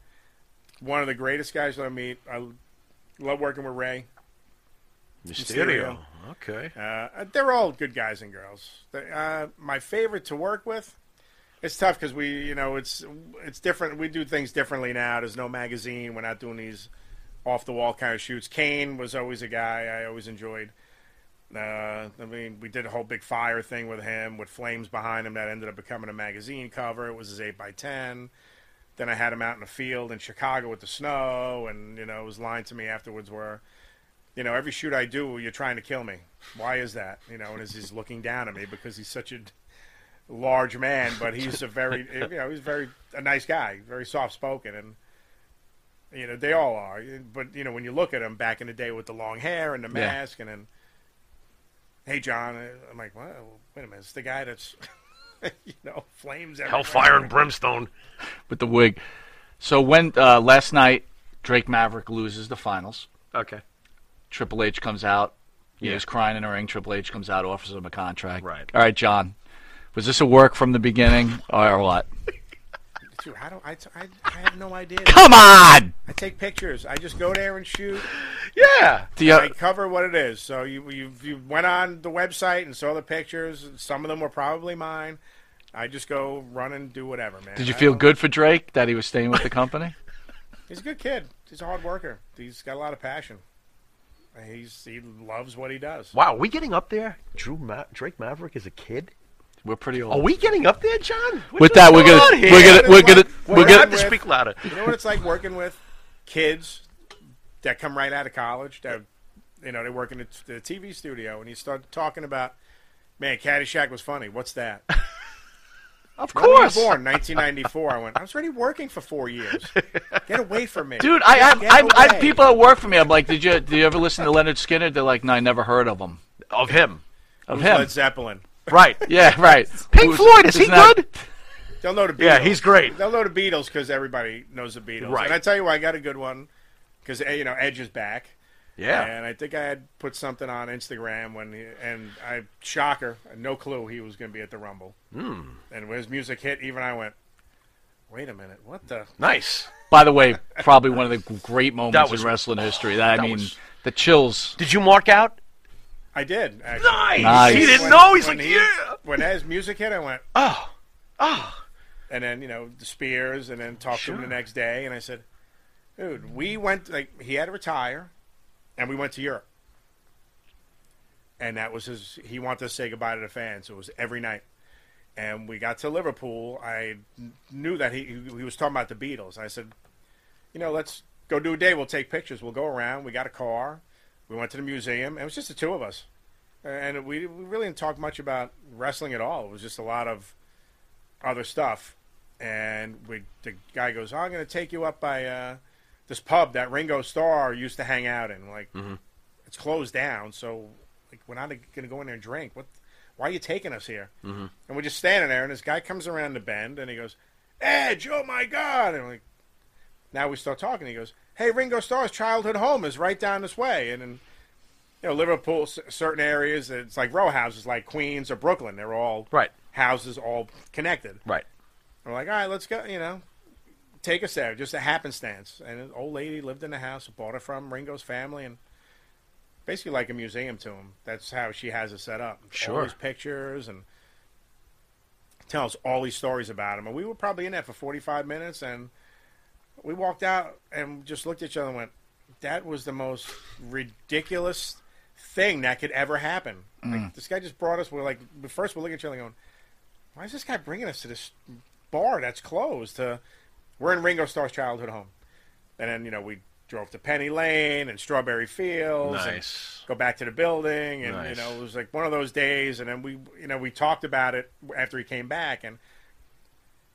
[SPEAKER 15] One of the greatest guys that I meet. I love working with Ray.
[SPEAKER 14] Mysterio. Okay.
[SPEAKER 15] Uh, they're all good guys and girls. They- Uh, my favorite to work with. It's tough because we, you know, it's it's different. We do things differently now. There's no magazine. We're not doing these off the wall kind of shoots. Kane was always a guy I always enjoyed. Uh, I mean, we did a whole big fire thing with him with flames behind him that ended up becoming a magazine cover. It was his eight by ten. Then I had him out in the field in Chicago with the snow, and you know, his line to me afterwards were, you know, every shoot I do, you're trying to kill me. Why is that? You know, and as he's looking down at me because he's such a large man, but he's a very, you know, he's very a nice guy, very soft spoken, and you know they all are. But you know, when you look at him back in the day with the long hair and the
[SPEAKER 13] Yeah.
[SPEAKER 15] mask, and then, hey, John, I'm like, well, wait a minute, it's the guy that's, you know, flames everywhere.
[SPEAKER 14] Hellfire and brimstone.
[SPEAKER 13] with the wig. So when uh, last night Drake Maverick loses the finals.
[SPEAKER 14] Okay.
[SPEAKER 13] Triple H comes out. You know,
[SPEAKER 14] Yeah.
[SPEAKER 13] He's crying in the ring. Triple H comes out, offers him a contract.
[SPEAKER 14] Right.
[SPEAKER 13] All right, John. Was this a work from the beginning or what?
[SPEAKER 15] Dude, I don't. I, I, I have no idea.
[SPEAKER 13] Come on!
[SPEAKER 15] I take pictures. I just go there and shoot.
[SPEAKER 14] Yeah.
[SPEAKER 13] Do you-
[SPEAKER 15] I cover what it is. So you you you went on the website and saw the pictures. Some of them were probably mine. I just go run and do whatever, man.
[SPEAKER 13] Did you
[SPEAKER 15] I
[SPEAKER 13] feel
[SPEAKER 15] don't-
[SPEAKER 13] good for Drake that he was staying with the company?
[SPEAKER 15] He's a good kid. He's a hard worker. He's got a lot of passion. He's he loves what he does.
[SPEAKER 14] Wow, we getting up there? Drew Ma- Drake Maverick is a kid?
[SPEAKER 13] We're pretty old.
[SPEAKER 14] Are we getting up there, John?
[SPEAKER 13] With that, we're gonna-
[SPEAKER 14] going to
[SPEAKER 13] we're gonna- we're gonna- we're
[SPEAKER 14] We're
[SPEAKER 13] gonna-
[SPEAKER 14] going to speak louder.
[SPEAKER 15] You know what it's like working with kids that come right out of college. That you know they work in the, the TV studio, and you start talking about, man, Caddyshack was funny. What's that?
[SPEAKER 13] Of
[SPEAKER 15] When were you
[SPEAKER 13] course.
[SPEAKER 15] born 1994. I went. I was already working for four years. Get away from me,
[SPEAKER 13] Dude, I have
[SPEAKER 15] Get
[SPEAKER 13] I, I have
[SPEAKER 15] away.
[SPEAKER 13] people that work for me. I'm like, did you did you ever listen to Leonard Skinner? They're like, no, I never heard of him.
[SPEAKER 14] Of him.
[SPEAKER 13] Of
[SPEAKER 15] Who's
[SPEAKER 13] him.
[SPEAKER 15] Led Zeppelin.
[SPEAKER 13] Right. Yeah. Right.
[SPEAKER 15] Pink
[SPEAKER 13] Who's-
[SPEAKER 15] Floyd, is he
[SPEAKER 13] isn't that-
[SPEAKER 15] good? They'll know the Beatles.
[SPEAKER 14] Yeah, he's great.
[SPEAKER 15] They'll know the Beatles because everybody knows the Beatles.
[SPEAKER 14] Right.
[SPEAKER 15] And I tell you, why I got a good one because you know Edge is back.
[SPEAKER 14] Yeah.
[SPEAKER 15] And I think I had put something on Instagram when he, and I shocker, no clue he was going to be at the Rumble.
[SPEAKER 13] Hmm.
[SPEAKER 15] And when his music hit, even I went, wait a minute, what the?
[SPEAKER 14] Nice.
[SPEAKER 13] By the way, probably one of the great moments
[SPEAKER 15] That was-
[SPEAKER 13] in wrestling history. That,
[SPEAKER 15] that
[SPEAKER 13] I mean,
[SPEAKER 15] was-
[SPEAKER 13] the chills.
[SPEAKER 14] Did you mark out?
[SPEAKER 15] I did. Actually.
[SPEAKER 14] Nice! Nice. He didn't know. He's like,
[SPEAKER 15] yeah. When his music hit, I went, oh, oh. And then you know the Spears, and then talked to him the next day, and I said, dude, we went like he had to retire, and we went to Europe, and that was his. He wanted to say goodbye to the fans. It was every night. And we got to Liverpool. I kn- knew that he he was talking about the Beatles. I said, you know, let's go do a day. We'll take pictures. We'll go around. We got a car. We went to the museum. It was just the two of us, and we we really didn't talk much about wrestling at all. It was just a lot of other stuff. And we the guy goes, "Oh, "I'm going to take you up by uh, this pub that Ringo Starr used to hang out in." Like, it's closed down, so like we're not going to go in there and drink. What? Why are you taking us here?
[SPEAKER 14] Mm-hmm.
[SPEAKER 15] And we're just standing there, and this guy comes around the bend, and he goes, "Edge, oh my god!" And I'm like, now we start talking. He goes, "Hey, Ringo Starr's childhood home is right down this way," and then you know Liverpool, c- certain areas, it's like row houses, like Queens or Brooklyn. They're all right houses, all connected.
[SPEAKER 14] Right.
[SPEAKER 15] We're like, all right, let's go. You know, take us there, just a happenstance. And an old lady lived in the house, bought it from Ringo's family, and basically like a museum to him. That's how she has it set up.
[SPEAKER 14] Sure.
[SPEAKER 15] all these pictures and tells all these stories about him. And we were probably in there for forty-five minutes, and we walked out and just looked at each other and went, "That was the most ridiculous thing that could ever happen." Like, this guy just brought us. We're like, but first we're looking at each other going, "Why is this guy bringing us to this bar that's closed?" To we're in Ringo Starr's childhood home, and then you know we drove to Penny Lane and Strawberry Fields. and
[SPEAKER 14] Nice.
[SPEAKER 15] go back to the building, and
[SPEAKER 14] Nice.
[SPEAKER 15] you know it was like one of those days. And then we, you know, we talked about it after he came back, and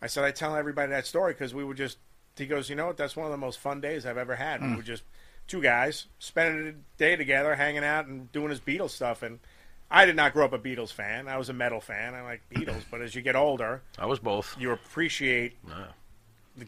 [SPEAKER 15] I said I tell everybody that story because we were just. He goes, you know what? That's one of the most fun days I've ever had.
[SPEAKER 14] Hmm.
[SPEAKER 15] We
[SPEAKER 13] Mm.
[SPEAKER 15] were just two guys spending the day together, hanging out and doing his Beatles stuff. And I did not grow up a Beatles fan. I was a metal fan. I like Beatles, but as you get older,
[SPEAKER 14] I was both.
[SPEAKER 15] You appreciate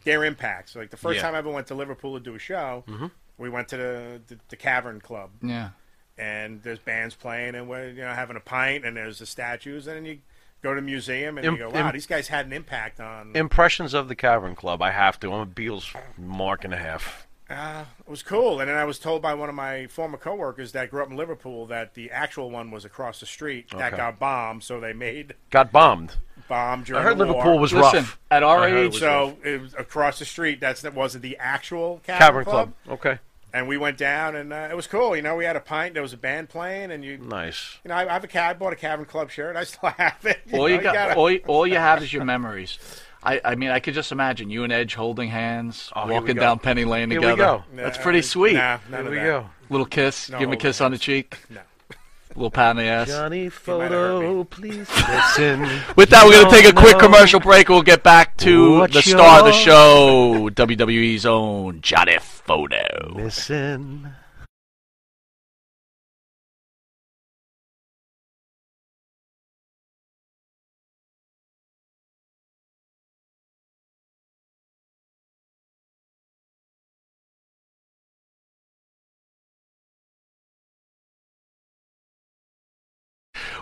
[SPEAKER 15] their impacts. Like the first
[SPEAKER 14] Yeah.
[SPEAKER 15] time I ever went to Liverpool to do a show,
[SPEAKER 14] Mhm.
[SPEAKER 15] we went to the, the the Cavern Club
[SPEAKER 13] Yeah.
[SPEAKER 15] and there's bands playing and we're you know having a pint and there's the statues and then you go to the museum and
[SPEAKER 14] Im-
[SPEAKER 15] you go wow
[SPEAKER 14] im-
[SPEAKER 15] these guys had an impact on
[SPEAKER 14] Impressions of the Cavern Club. I have to. I'm a Beatles mark and a half.
[SPEAKER 15] uh, it was cool and then I was told by one of my former coworkers that grew up in Liverpool that the actual one was across the street that
[SPEAKER 14] Okay.
[SPEAKER 15] got bombed so they made
[SPEAKER 14] Got bombed.
[SPEAKER 15] bombed during
[SPEAKER 14] I heard
[SPEAKER 15] the war.
[SPEAKER 14] Liverpool was
[SPEAKER 13] Listen,
[SPEAKER 14] rough.
[SPEAKER 13] at our
[SPEAKER 14] I heard it
[SPEAKER 13] age,
[SPEAKER 14] was rough.
[SPEAKER 15] so it was across the street that's that wasn't the actual Cavern,
[SPEAKER 14] Cavern
[SPEAKER 15] Club.
[SPEAKER 14] Club. Okay.
[SPEAKER 15] and we went down and uh, it was cool you know we had a pint there was a band playing and you
[SPEAKER 14] Nice.
[SPEAKER 15] you know I, I have a ca- I bought a Cavern Club shirt I still have it You know,
[SPEAKER 13] All you got,
[SPEAKER 15] gotta-
[SPEAKER 13] all, you, all you have is your memories. I, I mean, I could just imagine you and Edge holding hands,
[SPEAKER 14] Oh, here we
[SPEAKER 13] walking
[SPEAKER 14] go.
[SPEAKER 13] down Penny Lane
[SPEAKER 14] Here we
[SPEAKER 13] together.
[SPEAKER 14] go.
[SPEAKER 13] That's
[SPEAKER 14] Nah,
[SPEAKER 13] pretty sweet.
[SPEAKER 14] nah, none Here of we that. go.
[SPEAKER 13] Little kiss.
[SPEAKER 14] No
[SPEAKER 13] give him a
[SPEAKER 14] holding
[SPEAKER 13] kiss on the cheek. No. Little pat on the ass.
[SPEAKER 14] Johnny
[SPEAKER 15] might have
[SPEAKER 14] Photo, please listen.
[SPEAKER 13] With that, we're
[SPEAKER 14] Oh,
[SPEAKER 13] going to take a quick
[SPEAKER 14] Don't know.
[SPEAKER 13] commercial break. We'll get back to
[SPEAKER 14] What
[SPEAKER 13] the
[SPEAKER 14] you
[SPEAKER 13] star of the
[SPEAKER 14] want.
[SPEAKER 13] show, WWE's own Johnny Photo.
[SPEAKER 14] Listen.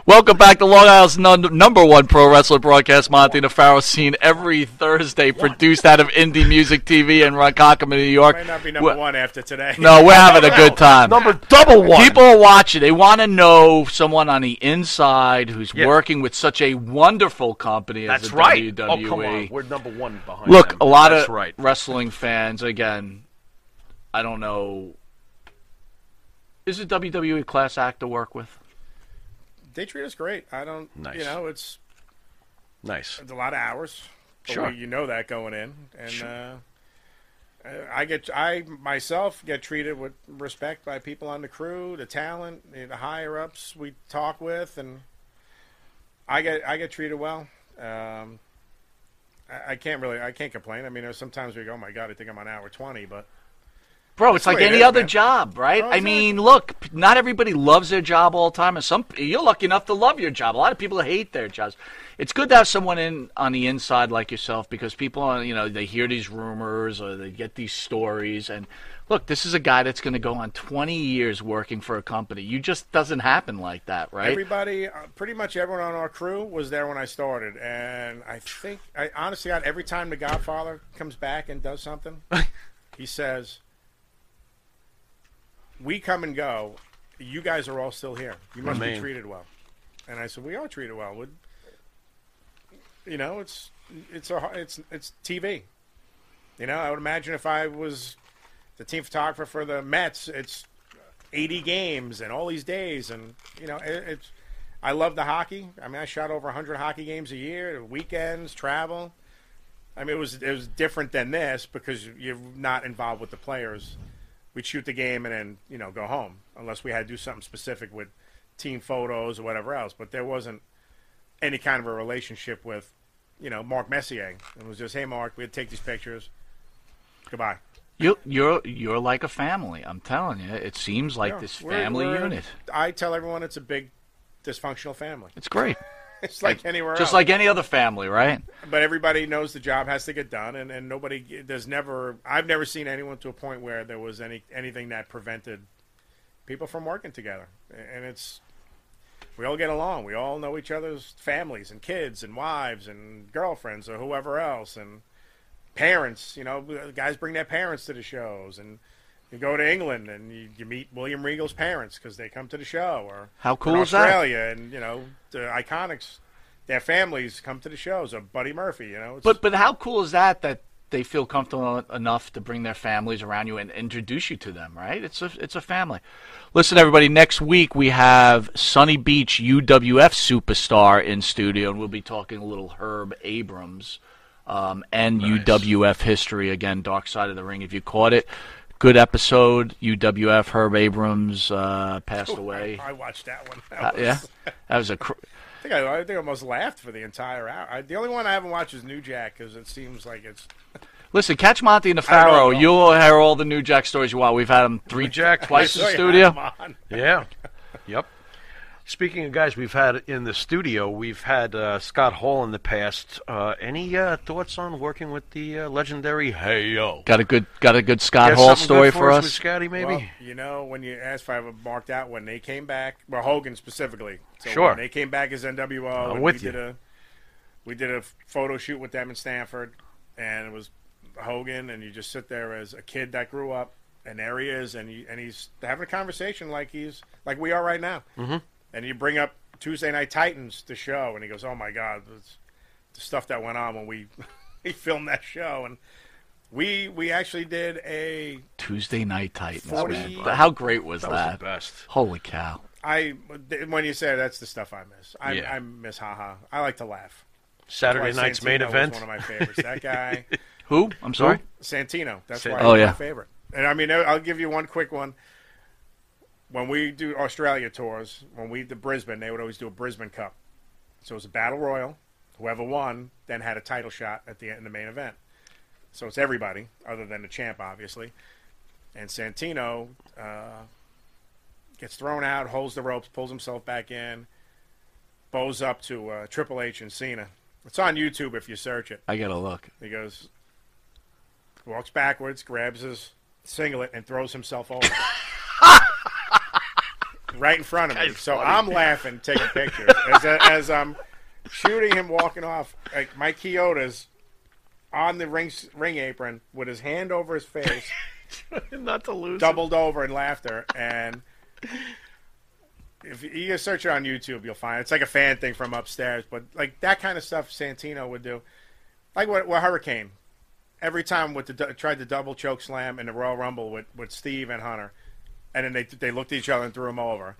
[SPEAKER 13] Welcome back to Long Island's nun- number one pro wrestler broadcast, Monty Nefaro, seen every Thursday, produced out of Indie Music TV in Ronkonkoma, New York.
[SPEAKER 15] Might not be number
[SPEAKER 13] We're-
[SPEAKER 15] one after today.
[SPEAKER 13] No, we're having a good time.
[SPEAKER 14] Number double one.
[SPEAKER 13] People are watching. They want to know someone on the inside who's working with such a wonderful company as
[SPEAKER 14] That's
[SPEAKER 13] the
[SPEAKER 14] right.
[SPEAKER 13] WWE.
[SPEAKER 14] Oh, come on. We're number one behind
[SPEAKER 13] E? Look,
[SPEAKER 14] them.
[SPEAKER 13] a lot
[SPEAKER 14] That's
[SPEAKER 13] of
[SPEAKER 14] right.
[SPEAKER 13] wrestling fans. Again, I don't know. Is it WWE a class act to work with?
[SPEAKER 15] They treat us great. I don't.
[SPEAKER 13] Nice.
[SPEAKER 15] You know, it's
[SPEAKER 14] nice.
[SPEAKER 15] It's a lot of hours. But
[SPEAKER 14] Sure.
[SPEAKER 15] we- you know that going in, and
[SPEAKER 14] Sure.
[SPEAKER 15] uh, I get I myself get treated with respect by people on the crew, the talent, the higher ups we talk with, and I get I get treated well. Um, I, I can't really, I can't complain. I mean, there's sometimes we go, oh my god, I think I'm on hour twenty, but
[SPEAKER 13] Bro,
[SPEAKER 15] That's
[SPEAKER 13] it's
[SPEAKER 15] the
[SPEAKER 13] like
[SPEAKER 15] way it
[SPEAKER 13] any
[SPEAKER 15] is,
[SPEAKER 13] other
[SPEAKER 15] man.
[SPEAKER 13] job, right?
[SPEAKER 15] Oh,
[SPEAKER 13] I mean, look, p- not everybody loves their job all the time, and some you're lucky enough to love your job. A lot of people hate their jobs. It's good to have someone in on the inside like yourself because people, on you know, they hear these rumors or they get these stories. And look, this is a guy that's going to go on 20 years working for a company. You just doesn't happen like that, right?
[SPEAKER 15] Everybody, uh, pretty much everyone on our crew was there when I started, and I think, I honestly, God, every time the Godfather comes back and does something, he says, "We come and go. You guys are all still here. You must be
[SPEAKER 14] Remain.
[SPEAKER 15] treated well." And I said, "We are treated well. Would you know? It's it's a it's it's TV. You know, I would imagine if I was the team photographer for the Mets, it's 80 games and all these days, and you know, it, it's. I love the hockey. I mean, I shot over 100 hockey games a year, weekends, travel. I mean, it was it was different than this because you're not involved with the players. We'd shoot the game and then you know go home unless we had to do something specific with team photos or whatever else. But there wasn't any kind of a relationship with you know Mark Messier. It was just hey Mark, we'd take these pictures. Goodbye.
[SPEAKER 13] You you're you're like a family. I'm telling you, it seems like
[SPEAKER 15] Yeah,
[SPEAKER 13] this
[SPEAKER 15] we're-
[SPEAKER 13] family
[SPEAKER 15] we're-
[SPEAKER 13] unit.
[SPEAKER 15] I tell everyone it's a big dysfunctional family.
[SPEAKER 13] It's great.
[SPEAKER 15] it's like, anywhere
[SPEAKER 13] Just
[SPEAKER 15] else.
[SPEAKER 13] like any other family, right?
[SPEAKER 15] but everybody knows the job has to get done, and, and nobody there's never I've never seen anyone to a point where there was any anything that prevented people from working together, and it's we all get along. We all know each other's families and kids and wives and girlfriends or whoever else and parents. You know, guys bring their parents to the shows, and you go to England and you, you meet William Regal's parents because they come to the show, or
[SPEAKER 13] How cool
[SPEAKER 15] in
[SPEAKER 13] is that?
[SPEAKER 15] Australia, and you know the Iconics. Their families come to the shows. Or Buddy Murphy, you know. It's,
[SPEAKER 13] But but how cool is that that they feel comfortable enough to bring their families around you and introduce you to them, right? It's a it's a family. Listen, everybody. Next week we have Sunny Beach UWF superstar in studio, and we'll be talking a little Herb Abrams um, and UWF history again. Dark Side of the Ring. If you caught it, good episode. UWF Herb Abrams uh, passed away.
[SPEAKER 15] I, watched that one. That
[SPEAKER 13] Uh,
[SPEAKER 15] was-
[SPEAKER 13] yeah, that was a. Cr-
[SPEAKER 15] I think I, I think I almost laughed for the entire hour. I, the only one I haven't watched is New Jack because it seems like it's
[SPEAKER 13] Listen, catch Monty and the
[SPEAKER 15] I don't
[SPEAKER 13] Pharaoh.
[SPEAKER 15] know.
[SPEAKER 13] You'll hear all the New Jack stories you want. We've had them three, twice in the
[SPEAKER 14] Yeah.
[SPEAKER 13] studio.
[SPEAKER 14] yeah. Yep. Speaking of guys we've had in the studio, we've had uh, Scott Hall in the past. Uh, any uh, thoughts on working with the uh, legendary Hey Yo?
[SPEAKER 13] Got a good, got a good Scott
[SPEAKER 14] Got
[SPEAKER 13] Hall
[SPEAKER 14] something
[SPEAKER 13] story
[SPEAKER 14] good for
[SPEAKER 13] for
[SPEAKER 14] us with
[SPEAKER 13] us.
[SPEAKER 14] Scotty, maybe?
[SPEAKER 15] Well, you know, when you asked if I would marked out when they came back, well, Hogan specifically. So
[SPEAKER 14] Sure.
[SPEAKER 15] When they came back as NWO.
[SPEAKER 14] I'm
[SPEAKER 15] and
[SPEAKER 14] with
[SPEAKER 15] we
[SPEAKER 14] you.
[SPEAKER 15] Did a, we did a photo shoot with them in Stanford, and it was Hogan, and you just sit there as a kid that grew up, and there he is, and you, and he's having a conversation like he's like we are right now.
[SPEAKER 14] Mm-hmm.
[SPEAKER 15] And you bring up Tuesday Night Titans, the show, and he goes, "Oh my God, it's the stuff that went on when we we filmed that show." And we we actually did a
[SPEAKER 13] Tuesday Night Titans.
[SPEAKER 15] 40
[SPEAKER 13] man. How great was
[SPEAKER 15] That
[SPEAKER 13] that?
[SPEAKER 15] was the
[SPEAKER 14] best.
[SPEAKER 13] Holy cow!
[SPEAKER 15] I when you say that's the stuff I miss. I,
[SPEAKER 14] Yeah.
[SPEAKER 15] I miss haha. I like to laugh.
[SPEAKER 14] Saturday
[SPEAKER 15] That's why
[SPEAKER 14] night's main
[SPEAKER 15] Santino was
[SPEAKER 14] event.
[SPEAKER 15] one of my favorites. That guy.
[SPEAKER 13] Who? I'm sorry.
[SPEAKER 15] Santino. That's
[SPEAKER 13] San-
[SPEAKER 15] why.
[SPEAKER 13] Oh,
[SPEAKER 15] he's
[SPEAKER 13] yeah.
[SPEAKER 15] My favorite. And I mean, I'll give you one quick one. When we do Australia tours, when we did Brisbane, they would always do a Brisbane Cup. So it was a battle royal. Whoever won then had a title shot at the in the main event. So it's everybody other than the champ, obviously. And Santino uh, gets thrown out, holds the ropes, pulls himself back in, bows up to uh, Triple H and Cena. It's on YouTube if you search it.
[SPEAKER 13] I gotta look.
[SPEAKER 15] He goes, walks backwards, grabs his singlet, and throws himself over. right in front of me. So I'm laughing, taking pictures as, as I'm shooting him walking off. Like my Kyoto's on the ring ring apron with his hand over his face,
[SPEAKER 14] not to lose.
[SPEAKER 15] doubled over in laughter, and. If you- you search it on YouTube, you'll find it. it's like a fan thing from upstairs, but like that kind of stuff Santino would do, like what, what Hurricane every time with the du- tried the double choke slam in the Royal Rumble with, with Steve and Hunter, and then they they looked at each other and threw him over.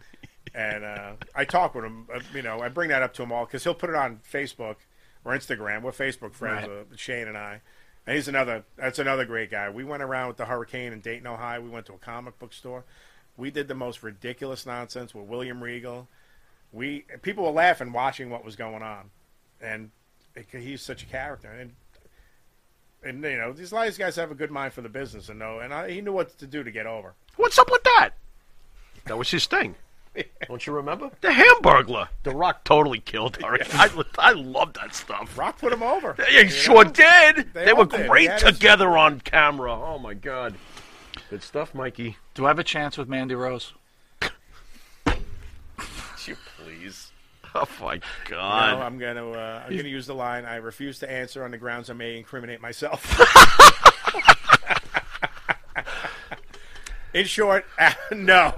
[SPEAKER 15] And uh, I talk with him, uh, you know, I bring that up to him all because he'll put it on Facebook or Instagram. We're Facebook friends,
[SPEAKER 13] Right.
[SPEAKER 15] uh, Shane and I. And he's another that's another great guy. We went around with the Hurricane in Dayton, Ohio. We went to a comic book store. We did the most ridiculous nonsense with William Regal. We people were laughing watching what was going on, and it, he's such a character. And And you know, these lot of these guys have a good mind for the business, and know, and I, he knew what to do to get over.
[SPEAKER 14] What's up with that? That was his thing. Don't you remember? The Hamburglar. The Rock totally killed her. I, I love that stuff.
[SPEAKER 15] Rock put him over.
[SPEAKER 14] They sure did.
[SPEAKER 15] They
[SPEAKER 14] They, were
[SPEAKER 15] all did.
[SPEAKER 14] great
[SPEAKER 15] That is-
[SPEAKER 14] together on camera. Oh my god. Good stuff, Mikey.
[SPEAKER 13] Do I have a chance with Mandy Rose?
[SPEAKER 14] you please? Oh my
[SPEAKER 15] No,
[SPEAKER 14] god.
[SPEAKER 15] I'm gonna uh, I'm
[SPEAKER 14] He's-
[SPEAKER 15] gonna use the line. I refuse to answer on the grounds I may incriminate myself. In short, uh, no.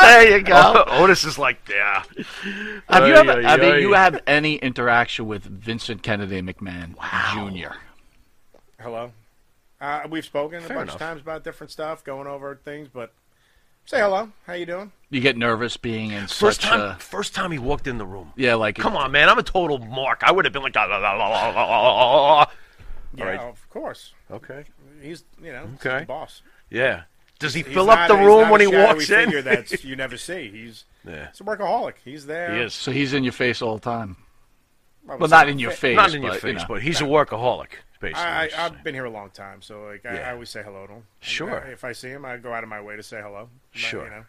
[SPEAKER 13] there you go.
[SPEAKER 14] Otis is like, yeah.
[SPEAKER 13] Have you
[SPEAKER 14] Ay,
[SPEAKER 13] ever? I
[SPEAKER 14] ay,
[SPEAKER 13] mean,
[SPEAKER 14] ay.
[SPEAKER 13] you have any interaction with Vincent Kennedy McMahon Jr.
[SPEAKER 15] hello. Uh, we've spoken a
[SPEAKER 13] Fair
[SPEAKER 15] bunch
[SPEAKER 13] enough.
[SPEAKER 15] of times about different stuff, going over things, but say hello. How you doing?
[SPEAKER 13] You get nervous being in
[SPEAKER 14] First
[SPEAKER 13] such
[SPEAKER 14] time,
[SPEAKER 13] a
[SPEAKER 14] first time he walked in the room.
[SPEAKER 13] yeah, like
[SPEAKER 14] Come on, man. I'm a total mark. I would have been like, "Ah, la, la, la, la, la, la, la."
[SPEAKER 15] Yeah,
[SPEAKER 14] All right.
[SPEAKER 15] of course.
[SPEAKER 14] Okay.
[SPEAKER 15] He's you know he's
[SPEAKER 14] Okay.
[SPEAKER 15] the boss.
[SPEAKER 14] Yeah. Does he
[SPEAKER 15] He's
[SPEAKER 14] fill
[SPEAKER 15] not-
[SPEAKER 14] up the
[SPEAKER 15] he's
[SPEAKER 14] room
[SPEAKER 15] not
[SPEAKER 14] when
[SPEAKER 15] a
[SPEAKER 14] he
[SPEAKER 15] shadowy
[SPEAKER 14] walks in?
[SPEAKER 15] Figure that's you never see. He's
[SPEAKER 14] Yeah.
[SPEAKER 15] he's a workaholic. He's there.
[SPEAKER 13] So he's in your face all the time.
[SPEAKER 15] I would
[SPEAKER 13] Well,
[SPEAKER 15] say-
[SPEAKER 13] not in your face.
[SPEAKER 14] Not in your
[SPEAKER 13] but,
[SPEAKER 14] face,
[SPEAKER 13] you know.
[SPEAKER 14] but he's a workaholic, basically.
[SPEAKER 15] I, I, I've been here a long time, so like I,
[SPEAKER 14] Yeah.
[SPEAKER 15] I always say hello to him.
[SPEAKER 14] Sure.
[SPEAKER 15] I- if I see him, I go out of my way to say hello. But,
[SPEAKER 14] Sure.
[SPEAKER 15] You know,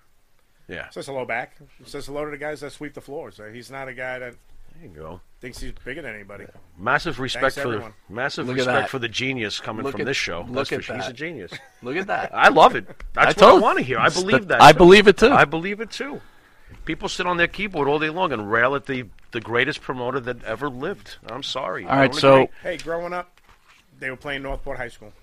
[SPEAKER 14] yeah.
[SPEAKER 15] says hello back. Says hello to the guys that sweep the floors. Uh, He's not a guy that
[SPEAKER 14] There you go.
[SPEAKER 15] thinks he's bigger than anybody.
[SPEAKER 14] Massive respect
[SPEAKER 15] Thanks,
[SPEAKER 14] for the,
[SPEAKER 15] everyone.
[SPEAKER 14] massive
[SPEAKER 13] Look at
[SPEAKER 14] respect
[SPEAKER 13] that.
[SPEAKER 14] for the genius coming
[SPEAKER 13] Look
[SPEAKER 14] from
[SPEAKER 13] at-
[SPEAKER 14] this show.
[SPEAKER 13] look
[SPEAKER 14] That's for
[SPEAKER 13] at
[SPEAKER 14] sure. He's a
[SPEAKER 13] that.
[SPEAKER 14] genius.
[SPEAKER 13] Look at that.
[SPEAKER 14] I love it. That's what I
[SPEAKER 13] told-
[SPEAKER 14] want to hear. I
[SPEAKER 13] It's
[SPEAKER 14] believe
[SPEAKER 13] the-
[SPEAKER 14] that.
[SPEAKER 13] I
[SPEAKER 14] stuff.
[SPEAKER 13] believe it too.
[SPEAKER 14] I believe it too. People sit on their keyboard all day long and rail at the, the greatest promoter that ever lived. I'm sorry.
[SPEAKER 13] All
[SPEAKER 14] I
[SPEAKER 13] right,
[SPEAKER 14] don't
[SPEAKER 13] so-
[SPEAKER 14] agree.
[SPEAKER 15] Hey, growing up, they were playing Northport High School,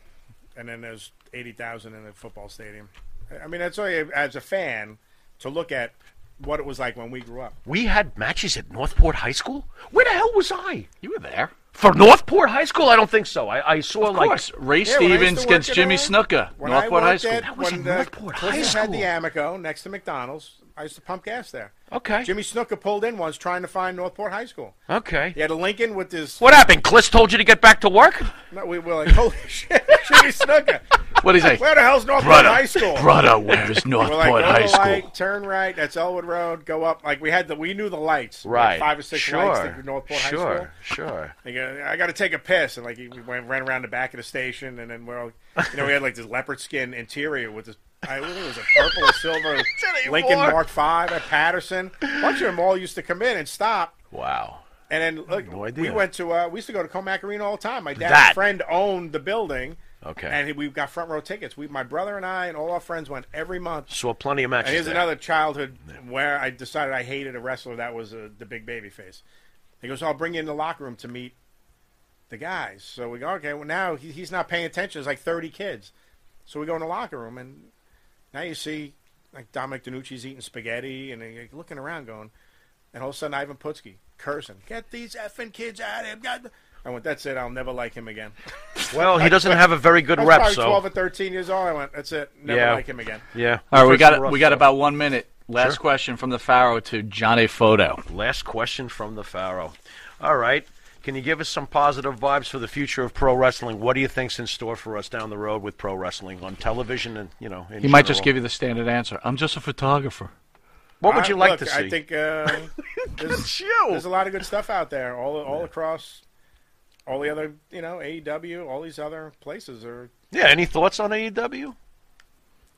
[SPEAKER 15] and then there's eighty thousand in the football stadium. I- I mean, that's why as a fan to look at what it was like when we grew up.
[SPEAKER 14] we had matches at Northport High School. Where the hell was I?
[SPEAKER 13] You were there.
[SPEAKER 14] For Northport High School, I don't think so. I, I saw
[SPEAKER 13] Of
[SPEAKER 14] like
[SPEAKER 13] course, Ray
[SPEAKER 15] Yeah, when I used to
[SPEAKER 13] Stevens
[SPEAKER 15] work
[SPEAKER 13] against
[SPEAKER 15] at,
[SPEAKER 13] Jimmy
[SPEAKER 15] uh,
[SPEAKER 13] Snuka,
[SPEAKER 15] when I
[SPEAKER 13] Northport High
[SPEAKER 15] worked
[SPEAKER 13] School.
[SPEAKER 15] at-
[SPEAKER 14] That was
[SPEAKER 15] when
[SPEAKER 14] at
[SPEAKER 15] the
[SPEAKER 14] Northport High
[SPEAKER 15] Clifford had the
[SPEAKER 14] School.
[SPEAKER 15] Amico next to McDonald's. I used to pump gas there.
[SPEAKER 14] Okay.
[SPEAKER 15] Jimmy Snooker pulled in once trying to find Northport High School.
[SPEAKER 14] Okay.
[SPEAKER 15] He had a Lincoln with his.
[SPEAKER 14] What happened? Kliss told you to get back to work?
[SPEAKER 15] No, we were like, holy shit, Jimmy Snooker.
[SPEAKER 13] What did he say?
[SPEAKER 15] Where the hell's Northport
[SPEAKER 13] Brother,
[SPEAKER 15] High School?
[SPEAKER 13] brother, where's
[SPEAKER 15] We're
[SPEAKER 13] Northport
[SPEAKER 15] like, go to
[SPEAKER 13] High
[SPEAKER 15] the
[SPEAKER 13] School?
[SPEAKER 15] Light, turn right. That's Elwood Road. Go up. Like we had the, we knew the lights. like
[SPEAKER 14] Right.
[SPEAKER 15] five or six
[SPEAKER 14] sure.
[SPEAKER 15] lights to Northport High School.
[SPEAKER 14] Sure. Sure.
[SPEAKER 15] Like, uh, I got to take a piss, and like he- we went, ran around the back of the station, and then we're, all, you know, we had like this leopard skin interior with this. I think it was a purple or silver Lincoln
[SPEAKER 14] anymore.
[SPEAKER 15] Mark Five at Patterson. A bunch of them all used to come in and stop,
[SPEAKER 14] Wow.
[SPEAKER 15] and then look,
[SPEAKER 14] no idea.
[SPEAKER 15] we went to uh, we used to go to Comac Arena all the time. My dad's
[SPEAKER 14] That-
[SPEAKER 15] friend owned the building,
[SPEAKER 14] Okay.
[SPEAKER 15] and he, we got front row tickets. We, my brother and I, and all our friends went every month.
[SPEAKER 14] Saw plenty of
[SPEAKER 15] And
[SPEAKER 14] matches.
[SPEAKER 15] here's
[SPEAKER 14] there.
[SPEAKER 15] another childhood where I decided I hated a wrestler that was uh, the big baby face. He goes, I'll bring you in the locker room to meet the guys. So we go, okay, well, now he, he's not paying attention. There's like 30 kids. So we go in the locker room, and now you see like Dominic DiNucci's eating spaghetti, and you're looking around going, and all of a sudden Ivan Putski cursing, get these effing kids out of here. I went, that's it. I'll never like him again.
[SPEAKER 14] Well, he doesn't have a very good
[SPEAKER 15] I was
[SPEAKER 14] rep,
[SPEAKER 15] probably
[SPEAKER 14] so-
[SPEAKER 15] 12 or 13 years old. I went, that's it. Never
[SPEAKER 14] Yeah.
[SPEAKER 15] like him again.
[SPEAKER 14] Yeah.
[SPEAKER 13] All right, we
[SPEAKER 14] First
[SPEAKER 13] got
[SPEAKER 14] rough
[SPEAKER 13] we got
[SPEAKER 14] stuff.
[SPEAKER 13] about one minute. Last question from the Pharaoh to Johnny Photo.
[SPEAKER 14] Last question from the Pharaoh. All right. Can you give us some positive vibes for the future of pro wrestling? What do you think's in store for us down the road with pro wrestling on television and you know? In
[SPEAKER 13] He might just
[SPEAKER 14] general?
[SPEAKER 13] give you the standard answer. I'm just a photographer.
[SPEAKER 14] What would
[SPEAKER 15] I-
[SPEAKER 14] you like
[SPEAKER 15] look,
[SPEAKER 14] to see?
[SPEAKER 15] I think uh, there's, there's a lot of good stuff out there, all all across, all the other you know AEW, all these other places are.
[SPEAKER 14] yeah. Any thoughts on E AEW?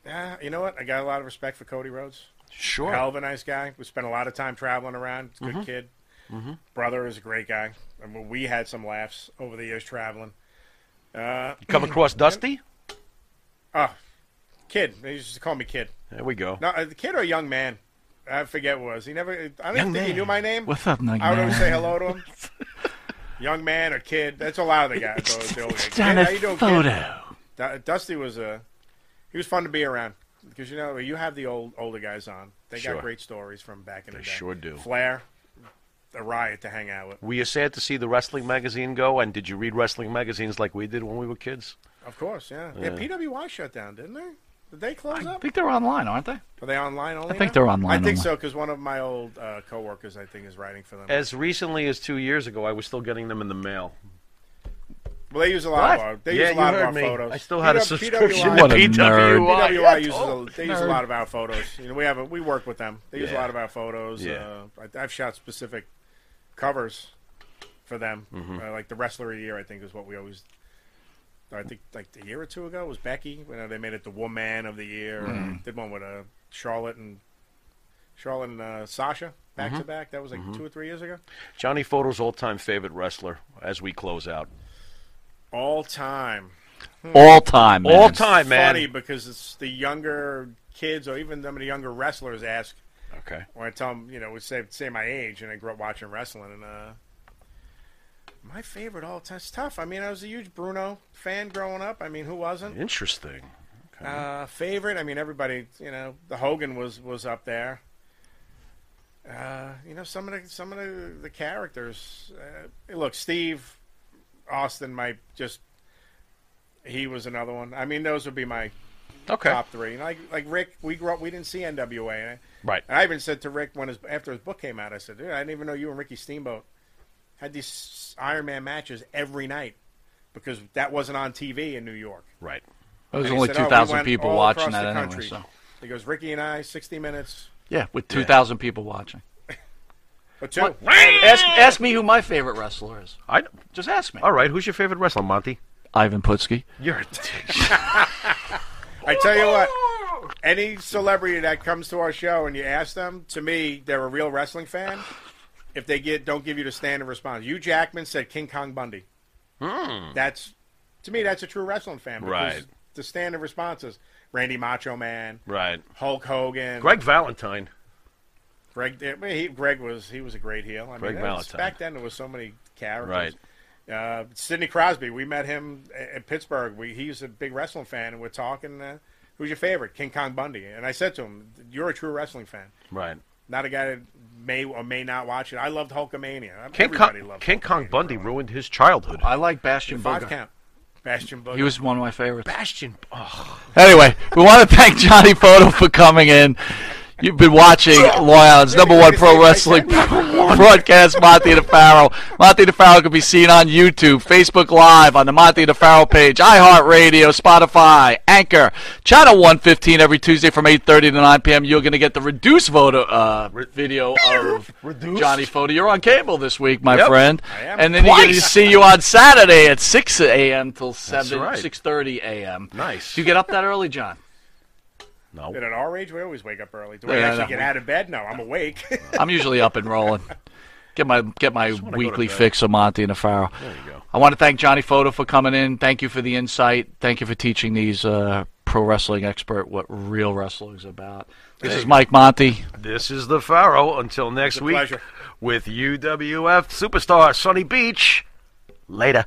[SPEAKER 15] Yeah, you know what? I got a lot of respect for Cody Rhodes.
[SPEAKER 14] Sure.
[SPEAKER 15] hell of a nice guy. We spent a lot of time traveling around. Good
[SPEAKER 14] Mhm.
[SPEAKER 15] kid.
[SPEAKER 14] Mhm.
[SPEAKER 15] Brother is a great guy. I mean, we had some laughs over the years traveling. Uh,
[SPEAKER 14] Come across Dusty?
[SPEAKER 15] Oh, kid. They used to call me kid.
[SPEAKER 14] There we go.
[SPEAKER 15] No, uh, the kid or young man. I forget what it was. He never. I don't
[SPEAKER 13] Young
[SPEAKER 15] think he
[SPEAKER 13] man.
[SPEAKER 15] knew my name.
[SPEAKER 13] What's up, young
[SPEAKER 15] I would always say
[SPEAKER 13] man?
[SPEAKER 15] hello to him. young man or kid. That's a lot of the guys. It's, it's
[SPEAKER 13] Johnny
[SPEAKER 15] how you doing,
[SPEAKER 13] Photo.
[SPEAKER 15] Kid? Du- Dusty was a. He was fun to be around because you know you have the old older guys on. They
[SPEAKER 14] Sure.
[SPEAKER 15] got great stories from back in the
[SPEAKER 14] They
[SPEAKER 15] day.
[SPEAKER 14] sure do.
[SPEAKER 15] Flair, a riot to hang out with.
[SPEAKER 14] Were you sad to see the wrestling magazine go? And did you read wrestling magazines like we did when we were kids?
[SPEAKER 15] Of course, yeah. Yeah,
[SPEAKER 14] Yeah.
[SPEAKER 15] PWI shut down, didn't they? Did they close
[SPEAKER 13] I
[SPEAKER 15] up?
[SPEAKER 13] think they're online, aren't they?
[SPEAKER 15] Are they online only?
[SPEAKER 13] think
[SPEAKER 15] now?
[SPEAKER 13] they're online
[SPEAKER 15] I think
[SPEAKER 13] only.
[SPEAKER 15] so because one of my old uh, coworkers, I think, is writing for them.
[SPEAKER 14] As recently as two years ago, I was still getting them in the mail.
[SPEAKER 15] Well, they use a lot of
[SPEAKER 14] What?
[SPEAKER 15] our. They
[SPEAKER 14] Yeah,
[SPEAKER 15] use a lot
[SPEAKER 14] you
[SPEAKER 15] of our
[SPEAKER 14] heard me.
[SPEAKER 15] photos.
[SPEAKER 14] I still had a
[SPEAKER 15] PW-
[SPEAKER 14] subscription
[SPEAKER 15] PWI.
[SPEAKER 14] to What a PWI. nerd.
[SPEAKER 15] PWI
[SPEAKER 14] Yeah,
[SPEAKER 15] uses
[SPEAKER 14] total
[SPEAKER 15] a, they use a
[SPEAKER 14] Oh, nerd.
[SPEAKER 15] lot of our photos. You know, we have a, we work with them. They use a
[SPEAKER 14] Yeah.
[SPEAKER 15] uh, lot of our photos.
[SPEAKER 14] Yeah.
[SPEAKER 15] Uh, I, I've shot specific covers for them.
[SPEAKER 14] Mhm.
[SPEAKER 15] Uh, like the wrestler of the year, I think is what we always. I think like a year or two ago was Becky. You know, they made it the Woman of the Year.
[SPEAKER 14] Mhm.
[SPEAKER 15] Uh, Did one with uh, Charlotte and Charlotte and uh, Sasha back to
[SPEAKER 14] Mhm.
[SPEAKER 15] back. That was like
[SPEAKER 14] Mhm.
[SPEAKER 15] two or three years ago.
[SPEAKER 14] Johnny Foto's all-time favorite wrestler. As we close out,
[SPEAKER 15] All time. Hmm.
[SPEAKER 13] All time, man.
[SPEAKER 14] All time, man.
[SPEAKER 15] Funny because it's the younger kids or even some of the younger wrestlers ask.
[SPEAKER 14] Okay.
[SPEAKER 15] When I tell them, you know, we say say my age, and I grew up watching wrestling, and uh, my favorite all time. It's tough. I mean, I was a huge Bruno fan growing up. I mean, who wasn't?
[SPEAKER 14] Interesting. Okay.
[SPEAKER 15] Uh, favorite. I mean, everybody. You know, the Hogan was was up there. Uh, you know, some of the some of the, the characters. Uh, look, Steve Austin might just. He was another one. I mean, those would be my
[SPEAKER 14] Okay.
[SPEAKER 15] top three. And like like Rick, we grew up. We didn't see NWA. And I,
[SPEAKER 14] Right.
[SPEAKER 15] and I even said to Rick when his after his book came out, I said, "Dude, I didn't even know you and Ricky Steamboat had these Iron Man matches every night because that wasn't on TV in New York."
[SPEAKER 14] Right.
[SPEAKER 13] There was
[SPEAKER 15] And he
[SPEAKER 13] only
[SPEAKER 15] said, "Oh, we
[SPEAKER 13] 2,000
[SPEAKER 15] went
[SPEAKER 13] people
[SPEAKER 15] all
[SPEAKER 13] watching
[SPEAKER 15] across
[SPEAKER 13] that
[SPEAKER 15] the
[SPEAKER 13] anyway,
[SPEAKER 15] country."
[SPEAKER 13] so.
[SPEAKER 15] He goes, "Ricky and I, 60 minutes."
[SPEAKER 13] Yeah, with 2,000 people watching.
[SPEAKER 15] But two.
[SPEAKER 13] What- Ask, ask me who my favorite wrestler is.
[SPEAKER 14] I
[SPEAKER 13] Just ask me.
[SPEAKER 14] All right, who's your favorite wrestler, Monty?
[SPEAKER 13] Ivan Putski.
[SPEAKER 14] You're a
[SPEAKER 15] I tell you what, any celebrity that comes to our show and you ask them, to me, they're a real wrestling fan. If they get don't give you the standard response, you Jackman said King Kong Bundy.
[SPEAKER 14] Hmm.
[SPEAKER 15] That's to me, that's a true wrestling fan. because
[SPEAKER 14] Right.
[SPEAKER 15] The standard response is Randy Macho Man,
[SPEAKER 14] right.
[SPEAKER 15] Hulk Hogan,
[SPEAKER 14] Greg Valentine.
[SPEAKER 15] Greg, I mean, he, Greg was he was a great heel. I
[SPEAKER 14] Greg
[SPEAKER 15] mean, that was-
[SPEAKER 14] Valentine.
[SPEAKER 15] Back then, there was so many characters. Right. Uh, Sidney Crosby. We met him a- at Pittsburgh. We, he's a big wrestling fan, and we're talking. Uh, Who's your favorite? King Kong Bundy. And I said to him, "You're a true wrestling fan,
[SPEAKER 14] Right.
[SPEAKER 15] not a guy that may or may not watch it." I loved Hulkamania.
[SPEAKER 14] King
[SPEAKER 15] Everybody
[SPEAKER 14] Kong,
[SPEAKER 15] loved
[SPEAKER 14] King Kong Bundy ruined his childhood.
[SPEAKER 13] I like Bastion
[SPEAKER 15] Hulkamania. five count. Bastion Booger.
[SPEAKER 13] He was one of my favorites.
[SPEAKER 14] Bastion. Oh.
[SPEAKER 13] Anyway, we want to thank Johnny Photo for coming in. You've been watching Long Island's number one pro wrestling broadcast, Monty DeFaro. Monty DeFaro can be seen on YouTube, Facebook Live, on the Monty DeFaro page, iHeartRadio, Spotify, Anchor, Channel 115 every Tuesday from 8.30 to 9 p.m. You're going to get the reduced photo, uh, video of Johnny Photo. You're on cable this week, my
[SPEAKER 14] Yep.
[SPEAKER 13] friend.
[SPEAKER 14] I am.
[SPEAKER 13] And then you're going to
[SPEAKER 14] Twice.
[SPEAKER 13] see you on Saturday at 6 a.m. till
[SPEAKER 14] That's
[SPEAKER 13] 7,
[SPEAKER 14] right.
[SPEAKER 13] 6.30 a.m.
[SPEAKER 14] Nice.
[SPEAKER 13] Do you get up that early, John?
[SPEAKER 14] No.
[SPEAKER 15] At our age, we always wake up early. Do I
[SPEAKER 13] Yeah, I
[SPEAKER 15] actually
[SPEAKER 13] know.
[SPEAKER 15] get out of bed? No, I'm awake.
[SPEAKER 13] I'm usually up and rolling. Get my get my
[SPEAKER 15] to
[SPEAKER 13] weekly
[SPEAKER 15] bed.
[SPEAKER 13] fix of Monty and Afaro.
[SPEAKER 15] There you go.
[SPEAKER 13] I want to thank Johnny Foto for coming in. Thank you for the insight. Thank you for teaching these uh, pro wrestling expert what real wrestling is about. This
[SPEAKER 14] There
[SPEAKER 13] is
[SPEAKER 14] you
[SPEAKER 13] Mike Monty.
[SPEAKER 14] This is the Pharaoh. Until next week
[SPEAKER 13] pleasure.
[SPEAKER 14] with UWF superstar Sonny Beach. Later.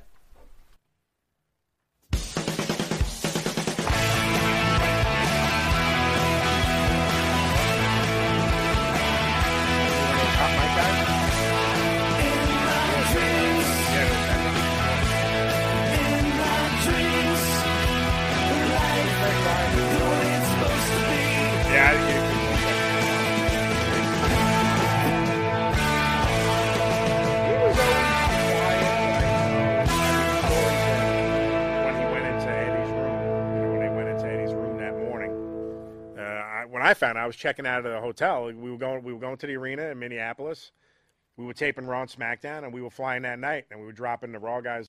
[SPEAKER 15] when he went into Eddie's room, you know, when they went into Eddie's room that morning, uh, I, when I found out, I was checking out of the hotel. We were going, we were going to the arena in Minneapolis. We were taping Raw and SmackDown, and we were flying that night, and we were dropping the Raw guys